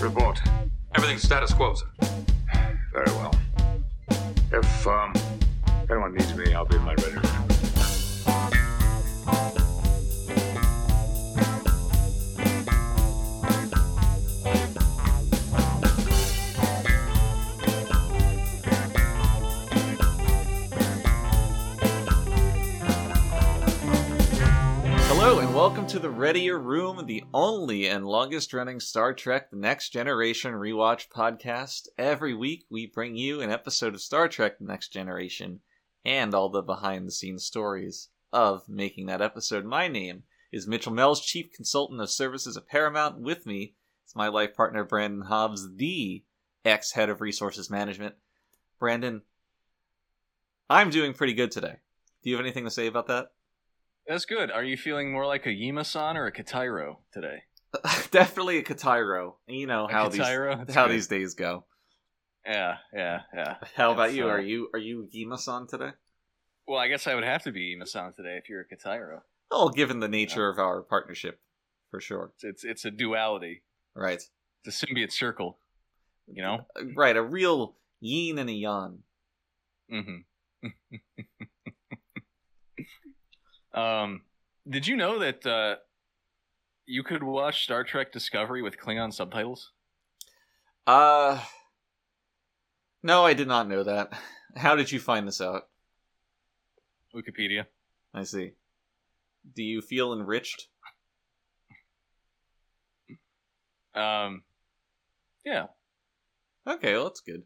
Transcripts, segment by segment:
Report. Everything's status quo, sir. Very well. If um, anyone needs me, I'll be in my ready room. Hello, and welcome to the Readier Room, the only and longest running Star Trek The Next Generation rewatch podcast. Every week, we bring you an episode of Star Trek The Next Generation and all the behind the scenes stories of making that episode. My name is Mitchell Mells, Chief Consultant of Services at Paramount. With me is my life partner, Brandon Hobbs, the ex head of resources management. Brandon, I'm doing pretty good today. Do you have anything to say about that? That's good. Are you feeling more like a Yima-san or a Katairo today? definitely a Katairo. You know how a Katairo? these That's how good. these days go. Yeah, yeah, yeah. How about It's, you? uh, Are you are you Yima-san today? Well, I guess I would have to be Yima-san today if you're a Katairo. Oh, given the nature of our partnership, for sure. It's, it's it's a duality. Right, It's a symbiote circle. You know. Uh, right. A real yin and a yang. Mm-hmm. um, did you know that uh, you could watch Star Trek Discovery with Klingon subtitles? Uh, no, I did not know that. How did you find this out? Wikipedia. I see. Do you feel enriched? Um, yeah, Okay, well, that's good.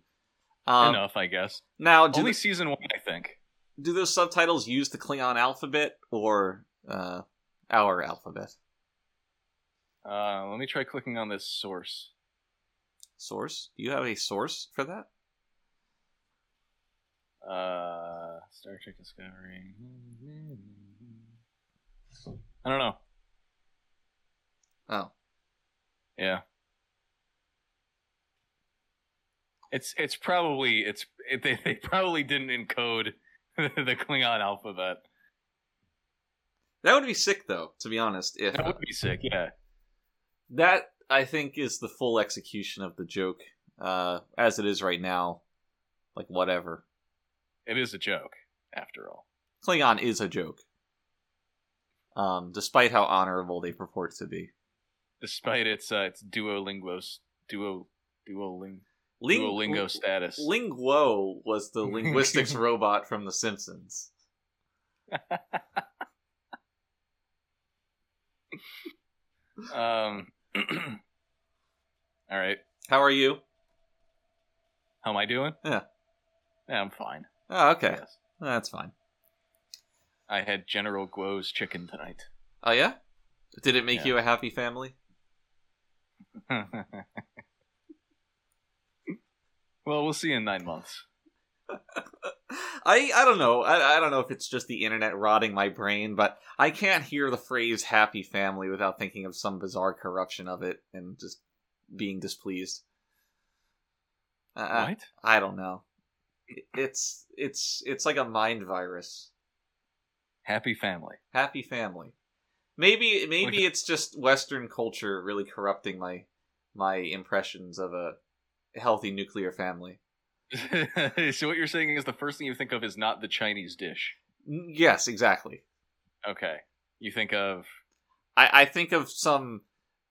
Um, enough, I guess. Now, do Only th- season one, I think. do those subtitles use the Klingon alphabet or uh, our alphabet? Uh, let me try clicking on this source. Source? Do you have a source for that? Uh, Star Trek Discovery. I don't know. Oh, Yeah. It's it's probably it's it, they they probably didn't encode the Klingon alphabet. that would be sick, though. To be honest, if That would be sick. Yeah. that I think is the full execution of the joke uh, as it is right now. Like whatever, It is a joke after all. Klingon is a joke, um, despite how honorable they purport to be. Despite its uh its duolingos duo duoling Ling- duolingo status. Linguo was the linguistics robot from The Simpsons. um All right. How are you? How am I doing? Yeah. Yeah, I'm fine. Oh, okay, Yes. that's fine. I had General Guo's chicken tonight. Oh yeah, did it make Yeah. you a happy family? well, we'll see in nine months. I I don't know. I, I don't know if it's just the internet rotting my brain, but I can't hear the phrase "happy family" without thinking of some bizarre corruption of it and just being displeased. Uh, I- Right? I don't know. It- It's it's it's like a mind virus. Happy family. Happy family. Maybe maybe it's just Western culture really corrupting my my impressions of a healthy nuclear family. so what you're saying is the first thing you think of is not the Chinese dish. N- Yes, exactly. Okay. You think of I, I think of some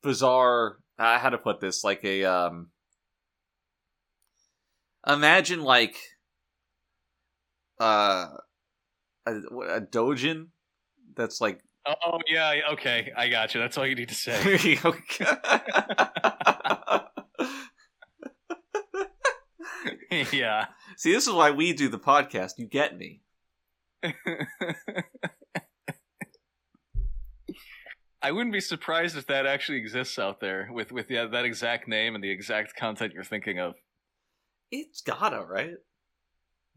bizarre uh, how to put this like a um imagine like uh a, what, a dojin that's like oh yeah yeah, okay I got you. That's all you need to say. yeah. see this is why we do the podcast you get me I wouldn't be surprised if that actually exists out there with with yeah, that exact name and the exact content you're thinking of. it's gotta right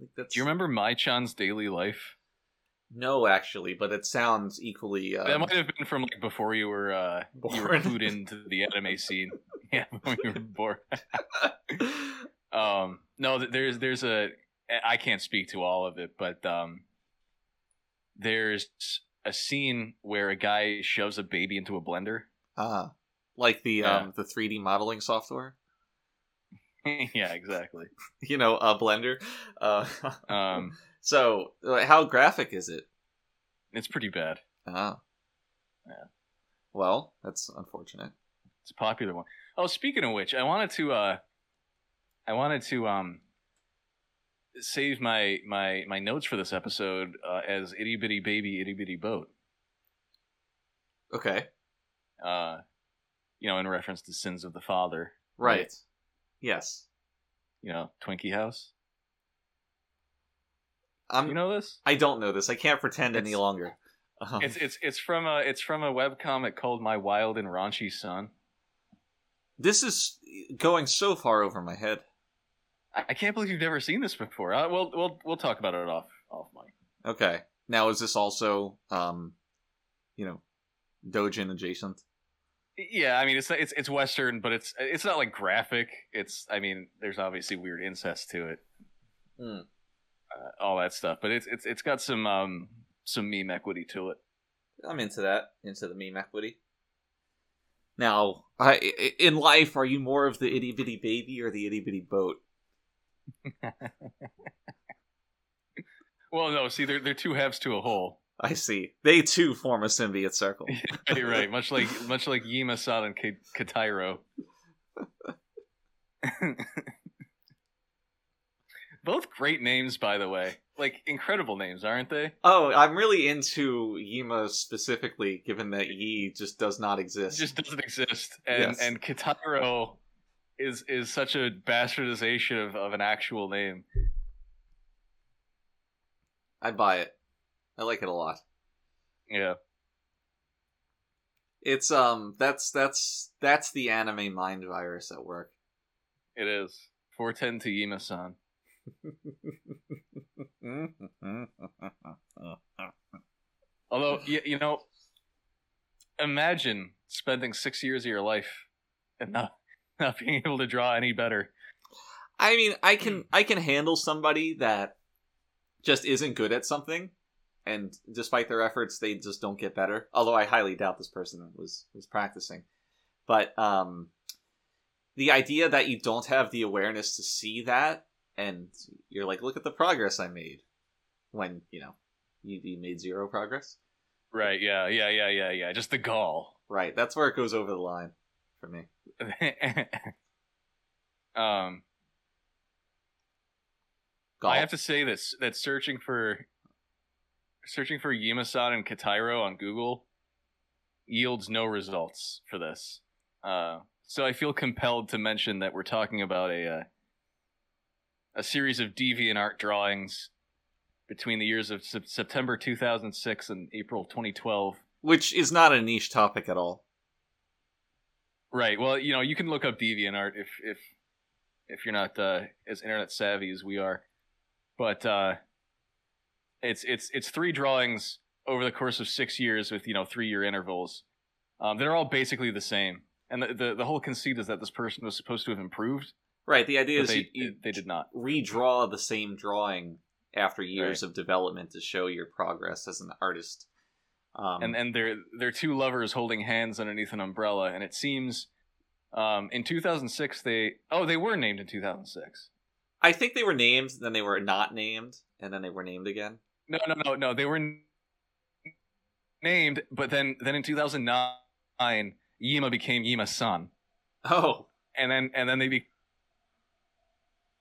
like that's Do you remember My Chan's Daily Life? no actually but it sounds equally um, uh that might have been from like before you were uh, you were Born. clued into the anime scene. yeah, before you were born. Um, no, th- there's there's a I can't speak to all of it, but um, there's a scene where a guy shoves a baby into a blender, ah like the Yeah. um the 3D modeling software. yeah, exactly. You know, uh, Blender. Uh, Um, so, like, how graphic is it? it's pretty bad. Ah. Yeah. Well, that's unfortunate. It's a popular one. Oh, speaking of which, I wanted to uh I wanted to um save my my my notes for this episode uh, as itty bitty baby itty bitty boat. Okay. Uh you know, in reference to sins of the father, Right. Right. Yes. you know, Twinkie House. I'm Um, You know this? I don't know this. I can't pretend any It's- longer. Um, It's it's it's from a it's from a webcomic called My Wild and Raunchy Son. this is going so far over my head. I, I can't believe you've never seen this before. Uh, we'll we'll we'll talk about it off off mic. Okay. Now is this also um you know Dojin adjacent? Yeah, I mean it's it's it's western, but it's it's not like graphic. It's I mean there's obviously weird incest to it, Hmm. uh, all that stuff. But it's it's it's got some um some meme equity to it. I'm into that, into the meme equity. Now, I, i- in life, are you more of the itty bitty baby or the itty bitty boat? Well, no, see they're they're two halves to a whole. I see. They too form a symbiote circle. Right, right. much like much like Yima San and K- Katairo. Both great names, by the way. Like incredible names, aren't they? Oh, I'm really into Yima specifically, given that Yi just does not It exist. just doesn't exist. And Yes. and Kitaro is is such a bastardization of, of an actual name. I buy it. I like it a lot. Yeah. It's um, that's that's that's the anime mind virus at work. It is. 410 to Yima san. Although you, you know imagine spending six years of your life and not not being able to draw any better. I mean, I Hmm. can I can handle somebody that just isn't good at something, and despite their efforts, they just don't get better. Although I highly doubt this person was was practicing. But um, the idea that you don't have the awareness to see that, and you're like, look at the progress I made, when you know you, you made zero progress. Right, yeah, yeah, yeah, yeah, yeah. Just the gall. Right, that's where it goes over the line for me. um Golf. I have to say this that searching for searching for Yimasan and Katairo on Google yields no results for this. Uh, so I feel compelled to mention that we're talking about a uh, a series of deviant art drawings between the years of sep- September 2006 and April 2012. which is not a niche topic at all. Right. Well, you know, you can look up DeviantArt if if if you're not uh, as internet savvy as we are, but uh, it's it's it's three drawings over the course of six years with you know three year intervals. Um, they're all basically the same, and the, the the whole conceit is that this person was supposed to have improved, Right, the idea is but they you, you they did not. redraw the same drawing after years of development to show your progress as an artist. Um, and and they're they're two lovers holding hands underneath an umbrella, and it seems. Um, in 2006, they oh they were named in 2006. I think they were named, then they were not named, and then they were named again. No, no, no, no. They were n- named, but then then in 2009, Yima became Yima's son, Oh, and then and then they be-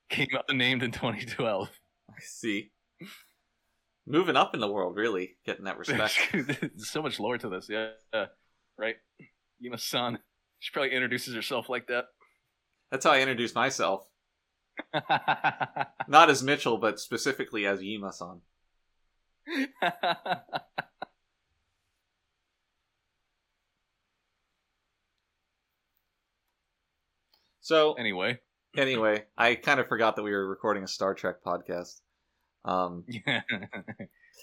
became unnamed in 2012. I see. Moving up in the world, really getting that respect. There's so much lore to this, yeah, yeah, right? Yima's son. She probably introduces herself like that. That's how I introduced myself, not as Mitchell, but specifically as Yima-san. So anyway, anyway, I kind of forgot that we were recording a Star Trek podcast. Um,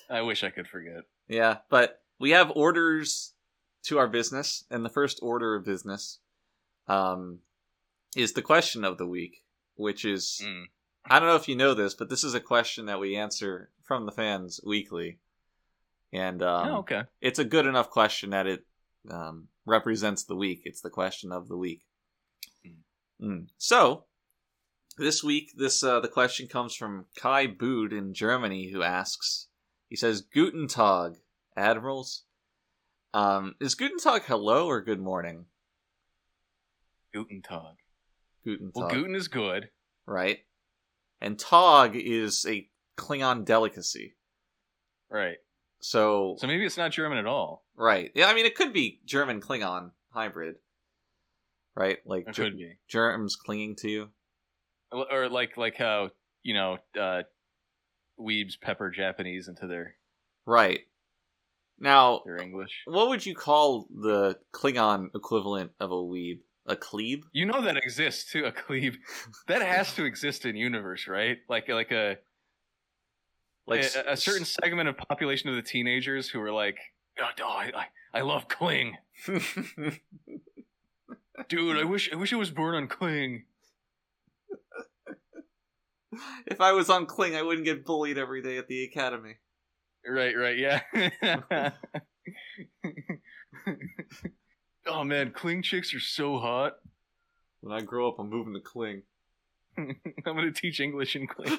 I wish I could forget. Yeah, but we have orders to our business, and the first order of business um, is the question of the week, which is Mm. I don't know if you know this, but this is a question that we answer from the fans weekly, and um, oh, okay. it's a good enough question that it um, represents the week. It's the question of the week. Hmm. Mm. So this week, this uh, the question comes from Kai Bude in Germany, who asks. He says, "Guten Tag, admirals." Um, is Guten Tag hello or good morning? Guten Tag. Guten Tag, Well, Guten is good. right? And Tag is a Klingon delicacy. Right. So, So maybe it's not German at all. right? Yeah, I mean, it could be German Klingon hybrid, right? Like It ger- could be. germs clinging to you. Or- Or like like how, you know, uh, weebs pepper Japanese into their, Right. Now, their English. what would you call the Klingon equivalent of a weeb? A clebe? You know that exists too, a cleave. That has to exist in universe, right? Like like a Like a- s- a, certain segment of population of the teenagers who were like, oh, no, I, I, I love Kling, dude. I wish I wish I was born on Kling. if I was on Kling, I wouldn't get bullied every day at the academy. Right, right, yeah. oh man, Kling chicks are so hot. When I grow up, I'm moving to Kling. I'm gonna teach English in Kling.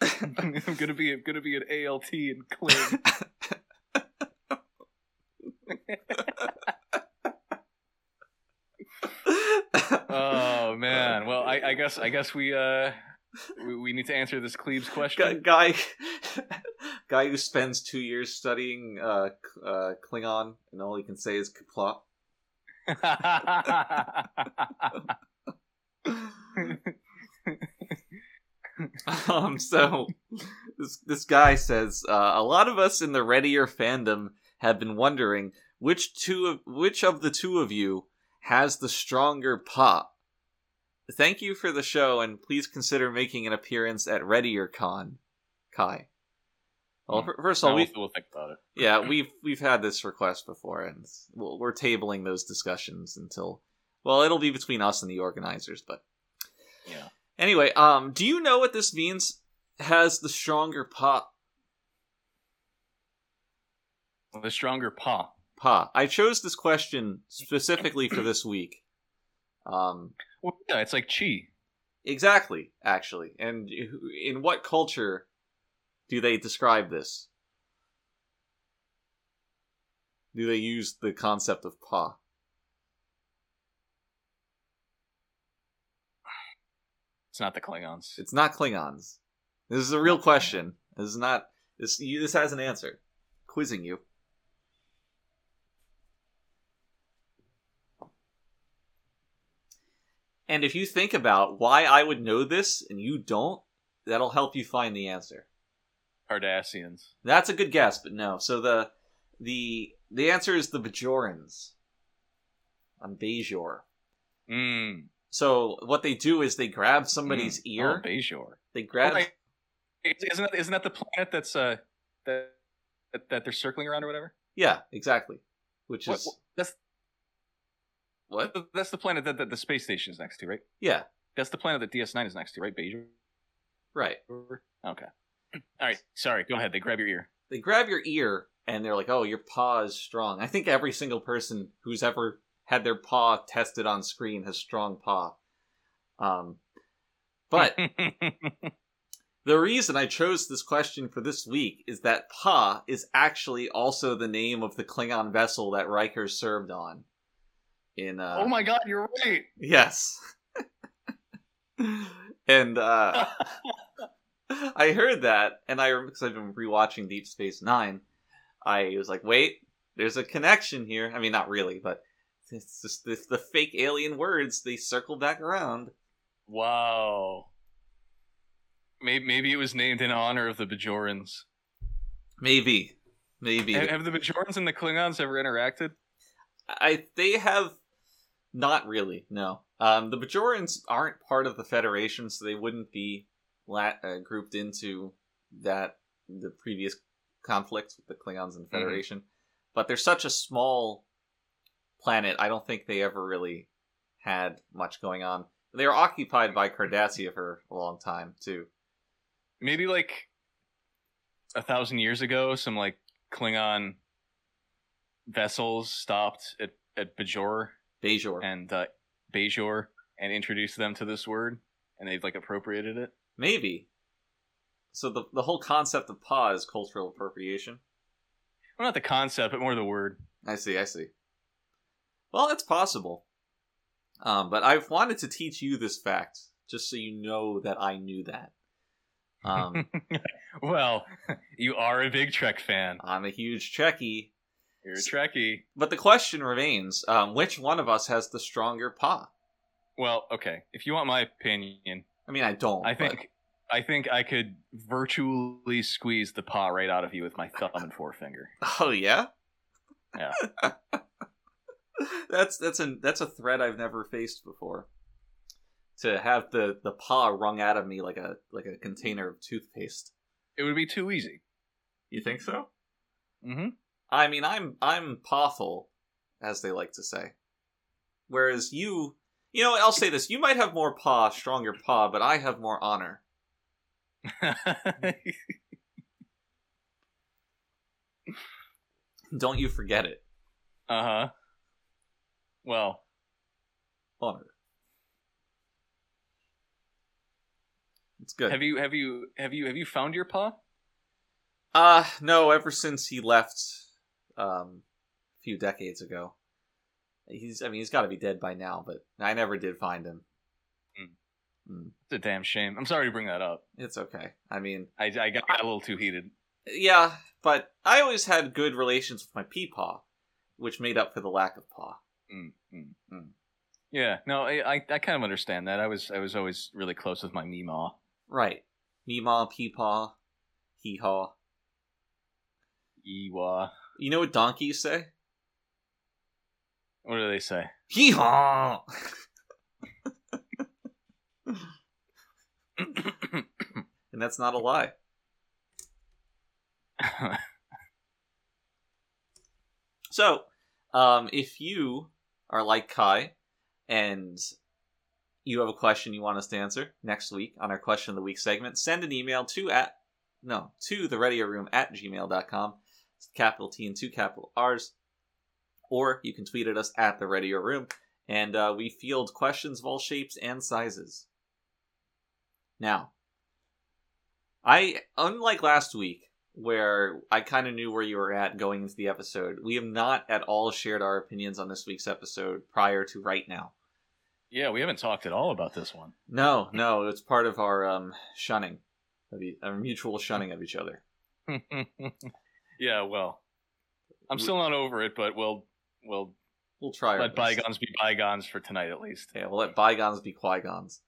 I'm gonna be I'm gonna be an ALT in Kling. Oh man. Well, I, I guess I guess we uh we, we need to answer this Cleves guy, question. guy, guy who spends two years studying uh, K- uh, Klingon, and all he can say is "kaplop." um, so this this guy says uh, a lot of us in the Readier fandom have been wondering which two of which of the two of you has the stronger pop. Thank you for the show, and please consider making an appearance at Readier Con, Kai. Well, Hmm. fir- first of all, so we'll, we we'll think about it. yeah we've we've had this request before, and we'll, we're tabling those discussions until well, it'll be between us and the organizers, but Yeah. Anyway, um, do you know what this means? Has the stronger pa Well, the stronger paw. pa? I chose this question specifically for this week. Um, Well, yeah, it's like chi. exactly, actually, and in what culture do they describe this? Do they use the concept of pa? It's not the Klingons. It's not Klingons. This is a real question. This is not this. You, this has an answer. Quizzing you. And if you think about why I would know this and you don't, that'll help you find the answer. Cardassians. That's a good guess, but no. So the the the answer is the Bajorans on Bajor. Mm. So what they do is they grab somebody's Oh, ear. Bajor. they grab Right. Isn't that, isn't that the planet that's uh that that, that they're circling around or whatever? Yeah, exactly. Which What- is what- that's that's the planet that, that the space station is next to, right? Yeah, That's the planet that DS9 is next to, right? Bajor. right. Okay. All right. Sorry. Go ahead. They grab your ear. They grab your ear and they're like, "Oh, your paw is strong." I think every single person who's ever had their paw tested on screen has strong paw. Um, but Uh. the reason I chose this question for this week is that Pa is actually also the name of the Klingon vessel that Riker served on. In uh, oh my God! You're right. Yes. and uh, I heard that, and I because I've been rewatching Deep Space Nine, I was like, wait, there's a connection here. I mean, not really, but it's just the, the fake alien words they circle back around. Wow. Maybe maybe it was named in honor of the Bajorans. Maybe, maybe Have, have the Bajorans and the Klingons ever interacted? I they have not really no. Um, the Bajorans aren't part of the Federation, so they wouldn't be lat- uh, grouped into that the previous conflict with the Klingons and the Mhm. Federation. But they're such a small planet. I don't think they ever really had much going on. They were occupied by Cardassia for a long time too. Maybe like a thousand years ago, some like Klingon vessels stopped at at Bajor Bejor. and uh, Bajor and introduced them to this word, and they've like appropriated it. Maybe. So the the whole concept of paw is cultural appropriation. Well, not the concept, but more the word. I see. I see. Well, it's possible. Um, but I've wanted to teach you this fact just so you know that I knew that. Um, Well, you are a big Trek fan. I'm a huge Trekkie, You're a Trekkie. but the question remains: um, which one of us has the stronger paw? Well, okay. If you want my opinion, I mean, I don't. I but- think I think I could virtually squeeze the paw right out of you with my thumb and forefinger. Oh yeah. Yeah. that's that's an that's a threat I've never faced before. To have the the paw wrung out of me like a like a container of toothpaste. It would be too easy. You think so? Mm-hmm. I mean, I'm I'm pawful, as they like to say. Whereas you, you know, I'll say this: you might have more paw, stronger paw, but I have more honor. Don't you forget it, uh huh. Well, honor. It's good. have you have you have you have you found your paw? Uh no, ever since he left um a few decades ago. He's I mean he's got to be dead by now, but I never did find him. Mm. Mm, It's a damn shame. I'm sorry to bring that up. It's okay. I mean, I, I got a little too heated. yeah, but I always had good relations with my peepaw, which made up for the lack of paw. Mm, mm, Mm. Yeah, no, I, I I kind of understand that. I was I was always really close with my Meemaw. Right. Meemaw, peepaw, hee haw. Ewa. You know what donkeys say? What do they say? Hee haw. and that's not a lie. So, um, if you are like Kai and you have a question you want us to answer next week on our question of the week segment, send an email to at no to the radio room at gmail.com. It's capital T and two capital R's. Or you can tweet at us at the radio room. And uh, we field questions of all shapes and sizes. Now, I, unlike last week, where I kind of knew where you were at going into the episode. We have not at all shared our opinions on this week's episode prior to right now. yeah, we haven't talked at all about this one. No, no, it's part of our um, shunning, of e- our mutual shunning of each other. yeah, well, I'm still not over it, but we'll we'll We'll try. our let best. bygones be bygones for tonight at least. Yeah, we'll let bygones be qui-gons.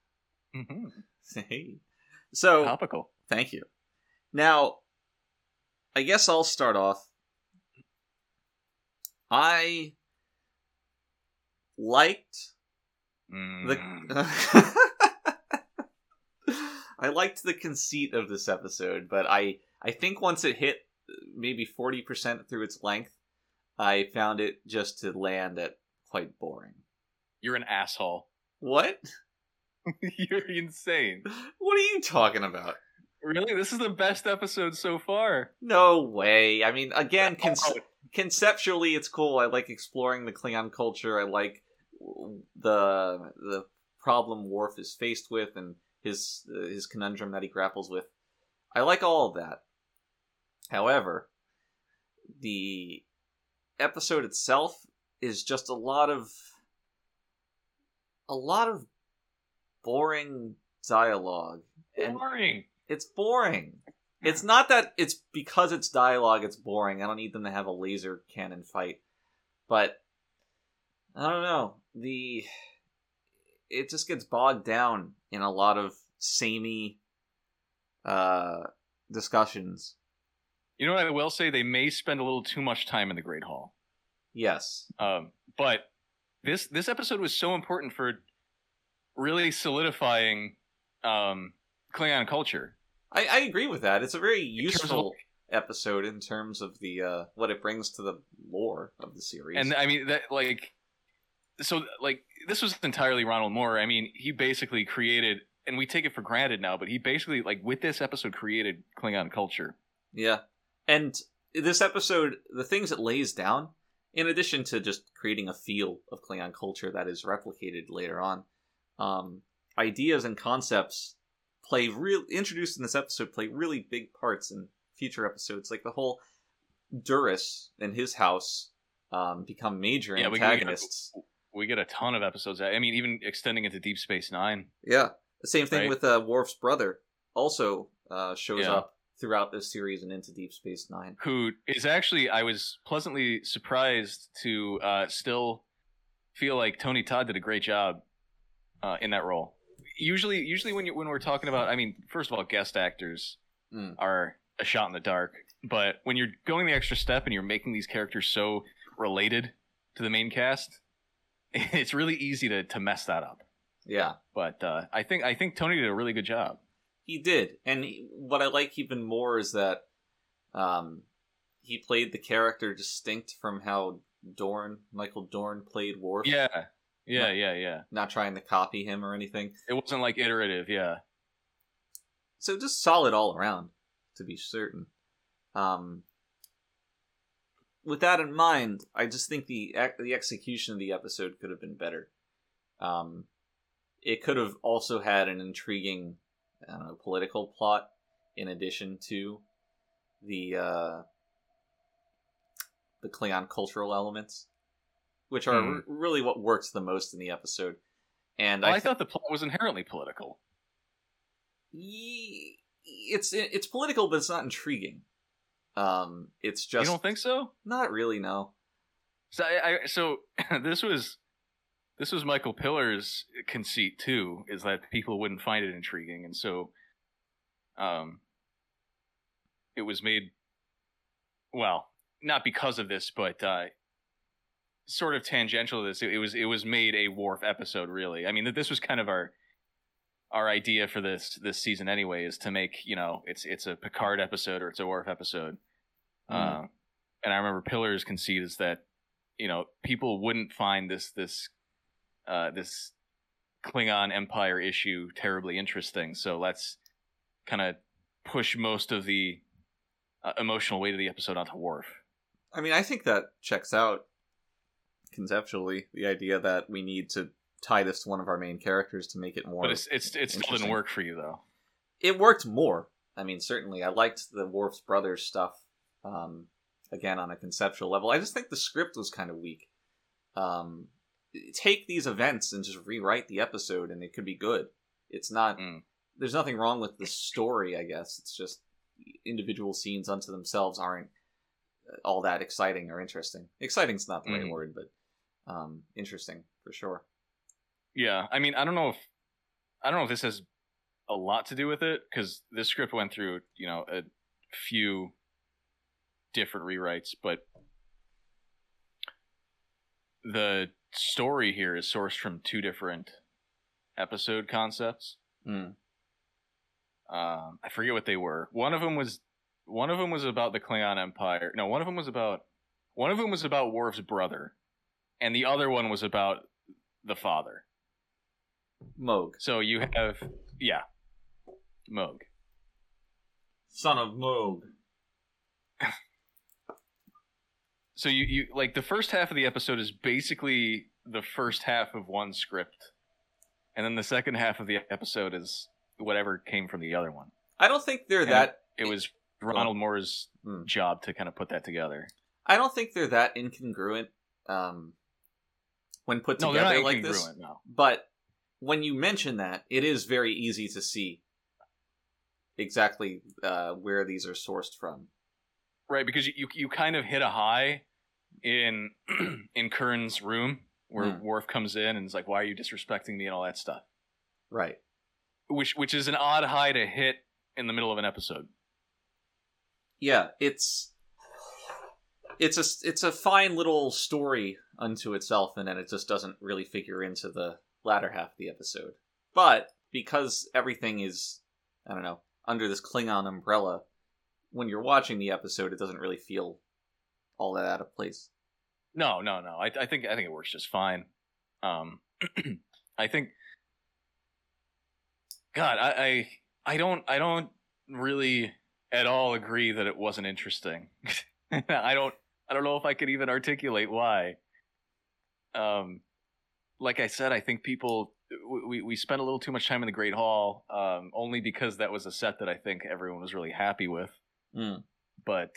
hmm Hey. so Topical. thank you. Now, I guess I'll start off. I liked Mm. The... I liked the conceit of this episode, but I I think once it hit maybe forty percent through its length, I found it just to land at quite boring. You're an asshole. What? You're insane. What are you talking about? Really, this is the best episode so far. No way. I mean, again, cons- Oh, conceptually, it's cool. I like exploring the Klingon culture. I like w- the the problem Worf is faced with and his uh, his conundrum that he grapples with. I like all of that. However, the episode itself is just a lot of a lot of boring dialogue and boring. it's boring. It's not that it's because it's dialogue it's boring. I don't need them to have a laser cannon fight. But I don't know. The it just gets bogged down in a lot of samey uh discussions. You know what I will say? They may spend a little too much time in the Great Hall. Yes. Um, but this this episode was so important for really solidifying um, Klingon culture. I, I agree with that. It's a very terms of- useful episode in terms of the uh what it brings to the lore of the series. And I mean that like so like this was entirely Ronald Moore. I mean, he basically created and we take it for granted now, but he basically like with this episode created Klingon culture. Yeah. And this episode, the things it lays down, in addition to just creating a feel of Klingon culture that is replicated later on, um, ideas and concepts play real introduced in this episode play really big parts in future episodes. Like the whole Duris and his house um, become major Yeah, we can- we can- antagonists. We get a ton of episodes. I mean, even extending it to Deep Space Nine. Yeah. The same thing Right. with uh, Worf's brother also uh, shows Yeah. up throughout this series and into Deep Space Nine. who is actually I was pleasantly surprised to uh, still feel like Tony Todd did a great job uh, in that role. Usually, usually when you when we're talking about, I mean, first of all, guest actors Mm. are a shot in the dark. But when you're going the extra step and you're making these characters so related to the main cast, it's really easy to to mess that up. Yeah. But uh, I think I think Tony did a really good job. He did, and he- what I like even more is that um, he played the character distinct from how Dorn, Michael Dorn, played Worf. Yeah, yeah, yeah, yeah. not trying to copy him or anything. It wasn't like iterative. Yeah. So just solid all around, to be certain. Um, with that in mind, I just think the ec- the execution of the episode could have been better. Um, it could have also had an intriguing, I don't know, political plot in addition to the uh, the Klingon cultural elements, which are Hmm. r- really what works the most in the episode. And Well, I, I thi- thought the plot was inherently political. Ye- it's it's political, but it's not intriguing. Um, it's just you don't think so? not really. No, So, I, I, so this was this was Michael Pillar's conceit too, is that people wouldn't find it intriguing, and so, um, it was made. Well, not because of this, but uh, sort of tangential to this. It, it was it was made a Wharf episode, really. I mean, th- this was kind of our our idea for this this season anyway, is to make you know it's it's a Picard episode or it's a Wharf episode. Mm. Uh, and I remember Pillar's conceit is that you know people wouldn't find this this uh, this Klingon Empire issue terribly interesting. So let's kind of push most of the uh, emotional weight of the episode onto Worf. I mean I think that checks out conceptually the idea that we need to tie this to one of our main characters to make it more. But it's it's it still Interesting. didn't work for you though. it worked more. I mean, certainly I liked the Worf's brothers stuff. Um, again, on a conceptual level, I just think the script was kind of weak. Um, take these events and just rewrite the episode, and it could be good. It's not. Mm. There's nothing wrong with the story, I guess. It's just individual scenes unto themselves aren't uh, all that exciting or interesting. Exciting's not the right Mhm. word, but um, interesting for sure. Yeah, I mean I don't know if I don't know if this has a lot to do with it because this script went through you know a few different rewrites, but the story here is sourced from two different episode concepts. Mm. um, I forget what they were. One of them was one of them was about the Klingon Empire. No, one of them was about one of them was about Worf's brother, and the other one was about the father. Moog, So you have yeah, Moog. son of Moog. So you you like the first half of the episode is basically the first half of one script, and then the second half of the episode is whatever came from the other one. I don't think they're And that It was Ronald Moore's Hmm. job to kind of put that together. I don't think they're that incongruent um, when put No, they're together not like this. incongruent. No. But when you mention that, it is very easy to see exactly uh, where these are sourced from. right because you, you, you kind of hit a high in in Kern's room where Hmm. Worf comes in and is like why are you disrespecting me and all that stuff Right. which which is an odd high to hit in the middle of an episode Yeah, it's it's a it's a fine little story unto itself, and then it just doesn't really figure into the latter half of the episode. But because everything is, I don't know, under this Klingon umbrella, when you're watching the episode, it doesn't really feel all that out of place. no no no I, I think I think it works just fine um I think god I, I I don't I don't really at all agree that it wasn't interesting I don't I don't know if I could even articulate why. Um, like I said, I think people w- we we spent a little too much time in the Great Hall, um, only because that was a set that I think everyone was really happy with. Mm. But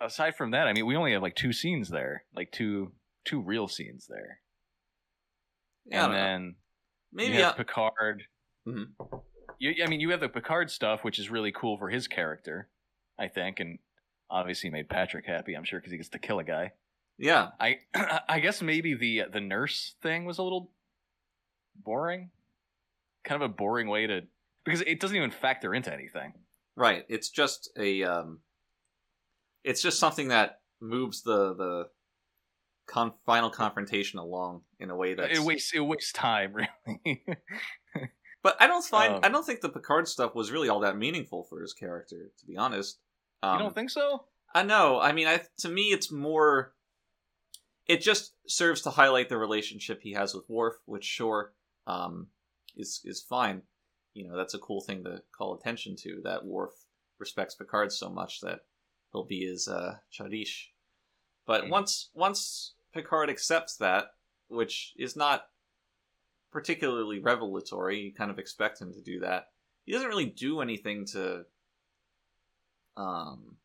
aside from that, I mean, we only have like two scenes there, like two two real scenes there, Yeah, I and don't know. then maybe you have I- Picard. Mhm. You, I mean, you have the Picard stuff, which is really cool for his character, I think, and obviously made Patrick happy. I'm sure because he gets to kill a guy. yeah. I I guess maybe the the nurse thing was a little boring, kind of a boring way to because it doesn't even factor into anything. Right. It's just a um it's just something that moves the the con- final confrontation along in a way that's It wastes it wastes time really. But I don't find Um, I don't think the Picard stuff was really all that meaningful for his character to be honest. Um, you don't think so? I know. I mean, I to me it's more it just serves to highlight the relationship he has with Worf, which sure um is is fine. You know, that's a cool thing to call attention to that Worf respects Picard so much that he'll be his uh chadish. But Mhm. once once Picard accepts that, which is not particularly revelatory, you kind of expect him to do that. He doesn't really do anything to um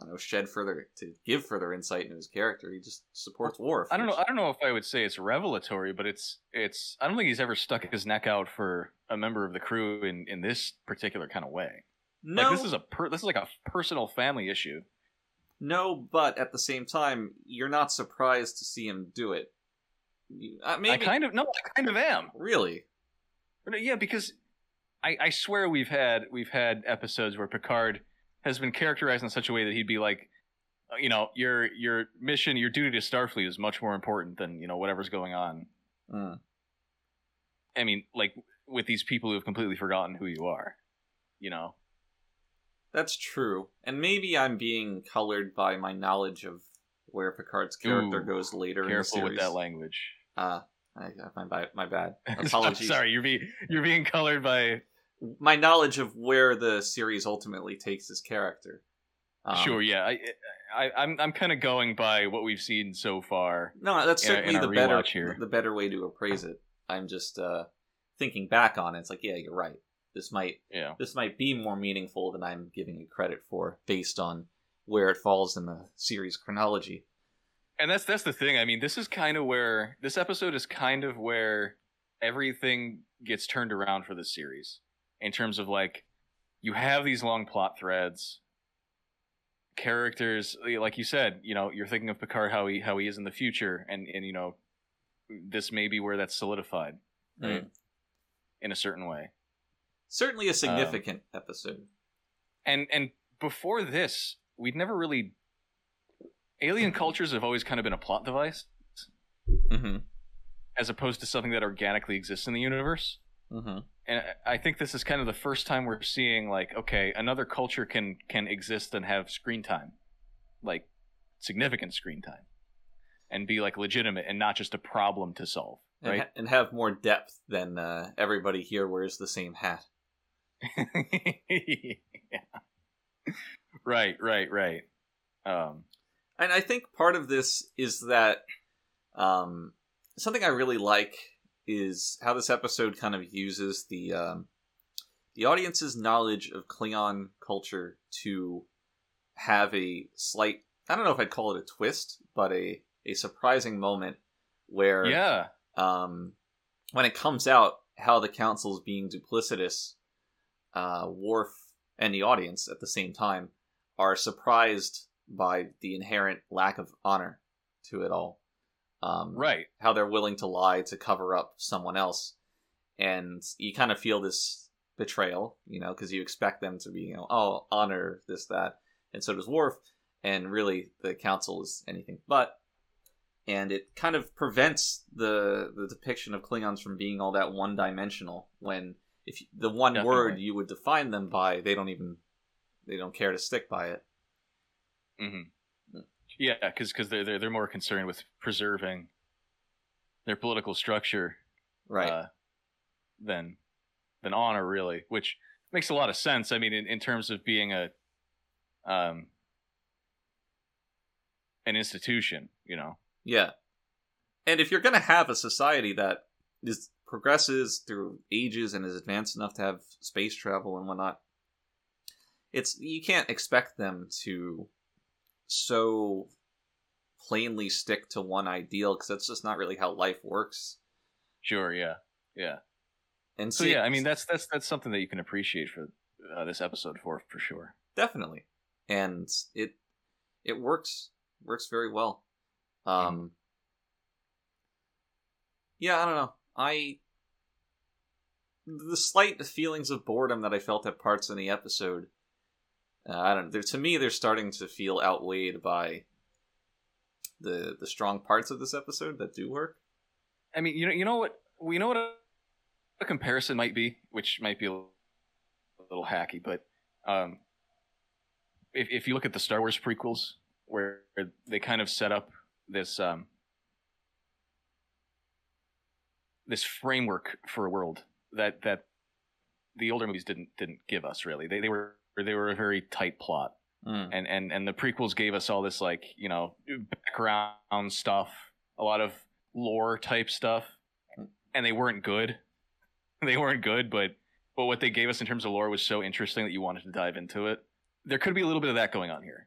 I don't know, shed further to give further insight into his character. He just supports Worf. I don't know. which- I don't know if I would say it's revelatory, but it's it's. I don't think he's ever stuck his neck out for a member of the crew in in this particular kind of way. no, Like this is a per, this is like a personal family issue. no, but at the same time, you're not surprised to see him do it. You- Uh, maybe I kind of no, I kind of am. really. No, Yeah, because I I swear we've had we've had episodes where Picard has been characterized in such a way that he'd be like, uh, you know, your your mission, your duty to Starfleet is much more important than you know whatever's going on. Mm. I mean, like with these people who have completely forgotten who you are, you know. That's true, and maybe I'm being colored by my knowledge of where Picard's character Ooh, goes later in the Careful series. with that language. Uh, I, my, bad- my bad. I'm Apologies. sorry, you're being you're being colored by My knowledge of where the series ultimately takes his character. Um, sure. Yeah, I, I I'm I'm kind of going by what we've seen so far. No, that's In our- certainly in our the better rewatch here. the better way to appraise it. I'm just uh, thinking back on it. It's like, yeah, you're right. This might Yeah. this might be more meaningful than I'm giving it credit for, based on where it falls in the series chronology. And that's that's the thing. I mean, this is kind of where this episode is kind of where everything gets turned around for this series in terms of like you have these long plot threads characters like you said you know you're thinking of picard how he how he is in the future and and you know this may be where that's solidified right in a certain way Certainly a significant episode. and and before this we'd never really alien cultures have always kind of been a plot device Mm-hmm. as opposed to something that organically exists in the universe. Mm-hmm. And I- I think this is kind of the first time we're seeing like, okay, another culture can can exist and have screen time, like significant screen time, and be like legitimate and not just a problem to solve, And, right? ha- and have more depth than uh, everybody here wears the same hat. Yeah. Right, right, right. Um, and I think part of this is that um, something I really like is how this episode kind of uses the um, the audience's knowledge of Klingon culture to have a slight I don't know if I'd call it a twist, but a a surprising moment where yeah, um, when it comes out how the council's being duplicitous, uh, Worf and the audience at the same time are surprised by the inherent lack of honor to it all. Um, right. How they're willing to lie to cover up someone else, and you kind of feel this betrayal, you know, because you expect them to be, you know, oh, honor this that, and so does Worf, and really the council is anything but and it kind of prevents the the depiction of Klingons from being all that one dimensional. When if you, the one Definitely. word you would define them by, they don't even they don't care to stick by it. Mm-hmm. Yeah, because they're, they're they're more concerned with preserving their political structure Right. uh, than than honor really, which makes a lot of sense. I mean, in, in terms of being a um, an institution, you know. Yeah. And if you're going to have a society that is progresses through ages and is advanced enough to have space travel and whatnot, it's you can't expect them to so plainly stick to one ideal because that's just not really how life works. Sure, yeah, yeah. And So yeah, I mean that's that's that's something that you can appreciate for uh, this episode for for sure. definitely and it it works works very well um yeah i don't know i the slight feelings of boredom that i felt at parts in the episode uh, i don't know to me they're starting to feel outweighed by the the strong parts of this episode that do work I mean, you know, you know what, we know what a, a comparison might be, which might be a little hacky, but um, if if you look at the Star Wars prequels, where they kind of set up this um, this framework for a world that that the older movies didn't didn't give us really. They they were they were a very tight plot Mm. and and and the prequels gave us all this like you know background stuff a lot of lore type stuff and they weren't good they weren't good but but what they gave us in terms of lore was so interesting that you wanted to dive into it there could be a little bit of that going on here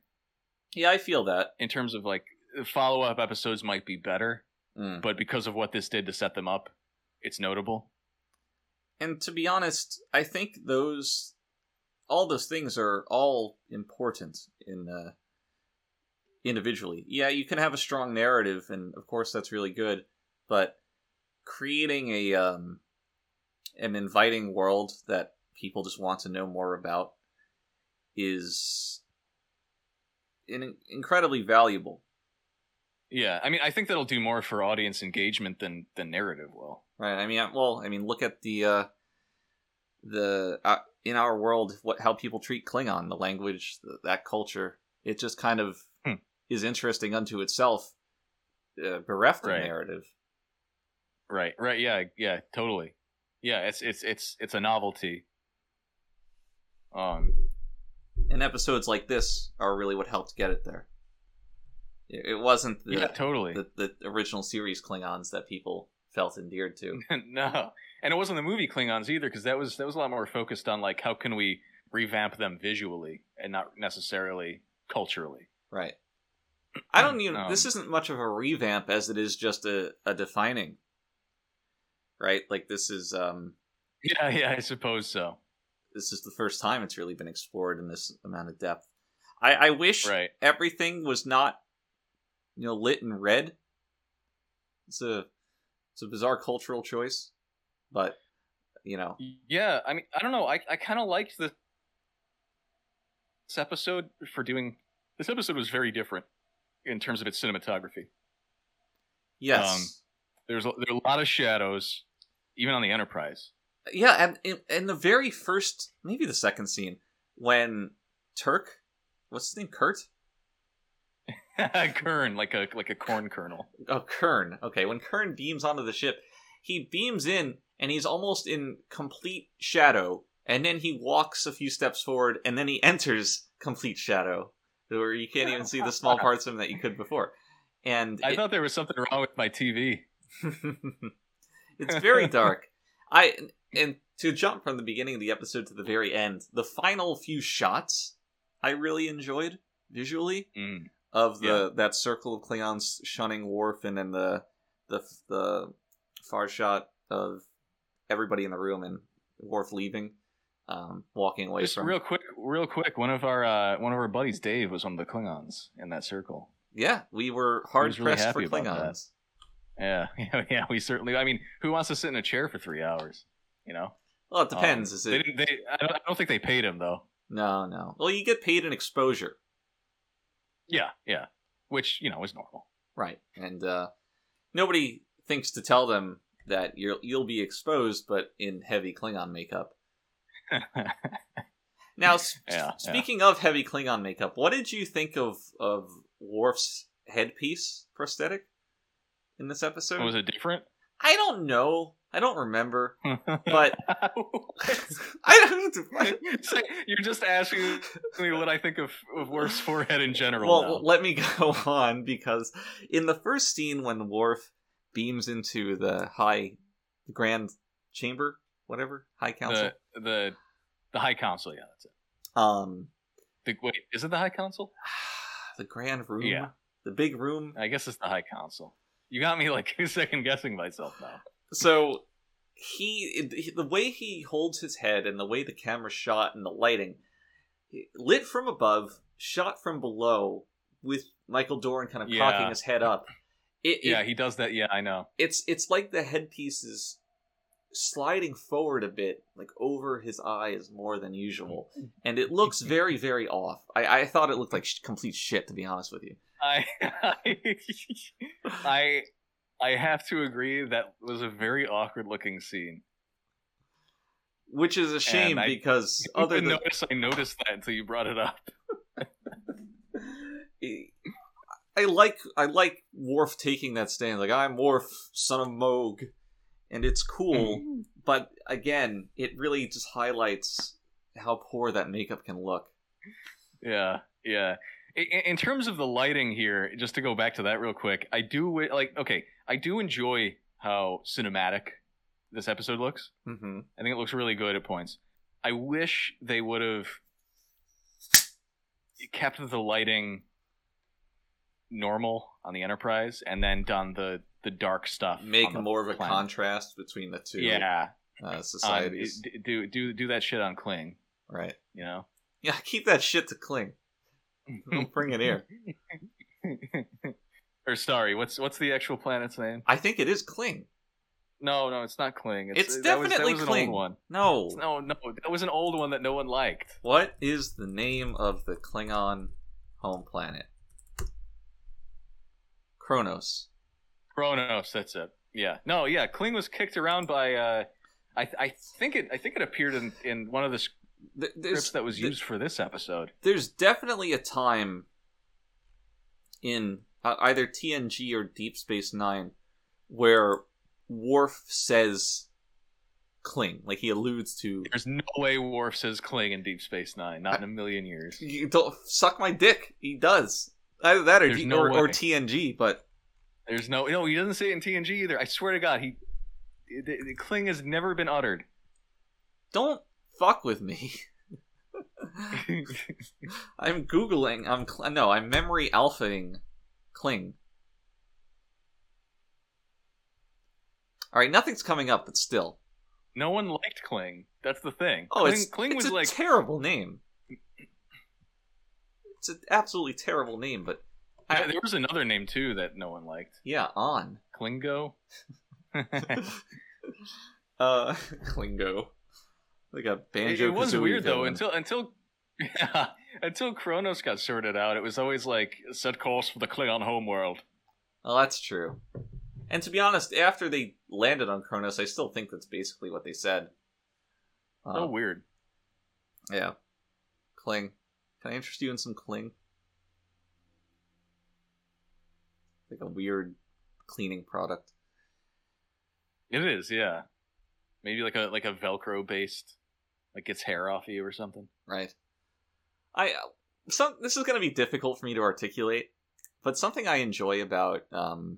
yeah i feel that in terms of like follow-up episodes might be better Mm. but because of what this did to set them up it's notable and to be honest, I think those all those things are all important in uh, individually. Yeah, you can have a strong narrative, and of course that's really good, but creating a um, an inviting world that people just want to know more about is in- incredibly valuable, yeah i mean i think that'll do more for audience engagement than than narrative will right? I mean, I- well, I mean, look at the uh, the uh, in our world what how people treat Klingon, the language, th that culture. It just kind of Hmm. is interesting unto itself, uh, bereft Right. of narrative. Right. Right. Yeah. Yeah. Totally. Yeah. It's it's it's it's a novelty. Um. And episodes like this are really what helped get it there. It it wasn't the Yeah. totally. the, the original series Klingons that people felt endeared to. no. And it wasn't the movie Klingons either, because that was that was a lot more focused on like how can we revamp them visually and not necessarily culturally. Right. I don't even. Um, this isn't much of a revamp as it is just a, a defining. Right? Like this is um Yeah. Yeah. I suppose so. this is the first time it's really been explored in this amount of depth. I, I wish Right. everything was not you know lit in red. It's a it's a bizarre cultural choice, but you know Yeah. I mean, I don't know. I I kind of liked this this episode for doing. This episode was very different in terms of its cinematography. yes. Um, There's a, there are a lot of shadows, even on the Enterprise. Yeah, and in, in the very first, maybe the second scene, when Turk, what's his name, Kurt? Kern, like a like a corn kernel. Oh, Kern. Okay, when Kern beams onto the ship, he beams in and he's almost in complete shadow, and then he walks a few steps forward, and then he enters complete shadow, where you can't even see the small parts of him that you could before. And I it- thought there was something wrong with my TV. it's very dark. I and to jump from the beginning of the episode to the very end, the final few shots I really enjoyed visually Mm. of the that circle of Klingons shunning Worf and then the the the far shot of everybody in the room and Worf leaving, um, walking away Just from real quick, real quick. One of our uh, one of our buddies, Dave, was one of the Klingons in that circle. yeah. We were really hard pressed happy for about that. Klingons. Yeah, yeah, yeah. We certainly. I mean, who wants to sit in a chair for three hours? You know, Well, it depends. Um, Is They it didn't, they, I, don't, I don't think they paid him though. no, no? Well, you get paid in exposure. Yeah, yeah. Which you know is normal. Right. And uh, nobody thinks to tell them that you're, you'll be exposed, but in heavy Klingon makeup. Now, s- Yeah, speaking of heavy Klingon makeup, what did you think of of Worf's headpiece prosthetic in this episode? was it different? I don't know. I don't remember, But but I don't know. you're just asking me what I think of, of Worf's forehead in general. Well, now. let me go on because in the first scene when Worf beams into the high, the grand chamber, whatever high council, the, the the High Council, yeah, that's it. um, The, wait, is it the High Council? the grand room, Yeah. the big room. I guess it's the High Council. You got me like second guessing myself now. So he, the way he holds his head and the way the camera's shot and the lighting, lit from above, shot from below, with Michael Doran kind of cocking Yeah. his head up. It, it Yeah, he does that. Yeah, I know. it's it's like the headpiece is sliding forward a bit, like over his eyes more than usual, and it looks very very off. I, I thought it looked like sh- complete shit, to be honest with you. I, I I have to agree that was a very awkward looking scene. Which is a shame I- because Other other didn't than notice I noticed that until you brought it up. I like I like Worf taking that stand, like I'm Worf, son of Moog, and it's cool. Mm-hmm. But again, it really just highlights how poor that makeup can look. Yeah, yeah. I- In, in terms of the lighting here, just to go back to that real quick, I do wi- like okay, I do enjoy how cinematic this episode looks. Mm-hmm. I think it looks really good at points. I wish they would have kept the lighting normal on the Enterprise and then done the the dark stuff. Make on the more of a planet. contrast between the two. Yeah, uh, on- societies. d- do do do that shit on Kling. right. You know. Yeah, keep that shit to cling. Don't bring it here. or sorry, what's what's the actual planet's name? I think it is cling. No, no, it's not Kling. It's that was- definitely that was, Kling. An old one. No. No, no, that was an old one that no one liked. What is the name of the Klingon home planet? Kronos. Kronos, that's it. Yeah. No, yeah, Kling was kicked around by uh I I think it I think it appeared in in one of the scripts Th- There's, that was th- used for this episode. there's definitely a time in uh, either TNG or Deep Space Nine where Worf says Kling, like he alludes to. There's no way Worf says Kling in Deep Space 9, not in a million years. You don't suck my dick. He does either that or There's D- no or, or way. TNG, but There's no No, he doesn't say it in TNG either. I swear to god, he the, the Kling has never been uttered. don't fuck with me. I'm googling. I'm cl- no. I'm memory alphaing Kling. All right, nothing's coming up, but still. no one liked Kling. That's the thing. Oh, Kling, it's Kling it's was a like terrible name. It's an absolutely terrible name, but Yeah, there was another name too that no one liked. yeah, on. Klingo. Uh, Klingo. Like a It, banjo. it was Kazooie weird though villain. until until yeah, until Kronos got sorted out. It was always like set course for the Klingon homeworld. Well, Oh, that's true. And to be honest, after they landed on Kronos, I still think that's basically what they said. Uh, so Oh, weird. Yeah. Kling. Can I interest you in some Kling? Like a weird cleaning product. It is, yeah. Maybe like a like a Velcro based, like gets hair off you or something. Right. I uh, some this is going to be difficult for me to articulate, but something I enjoy about um,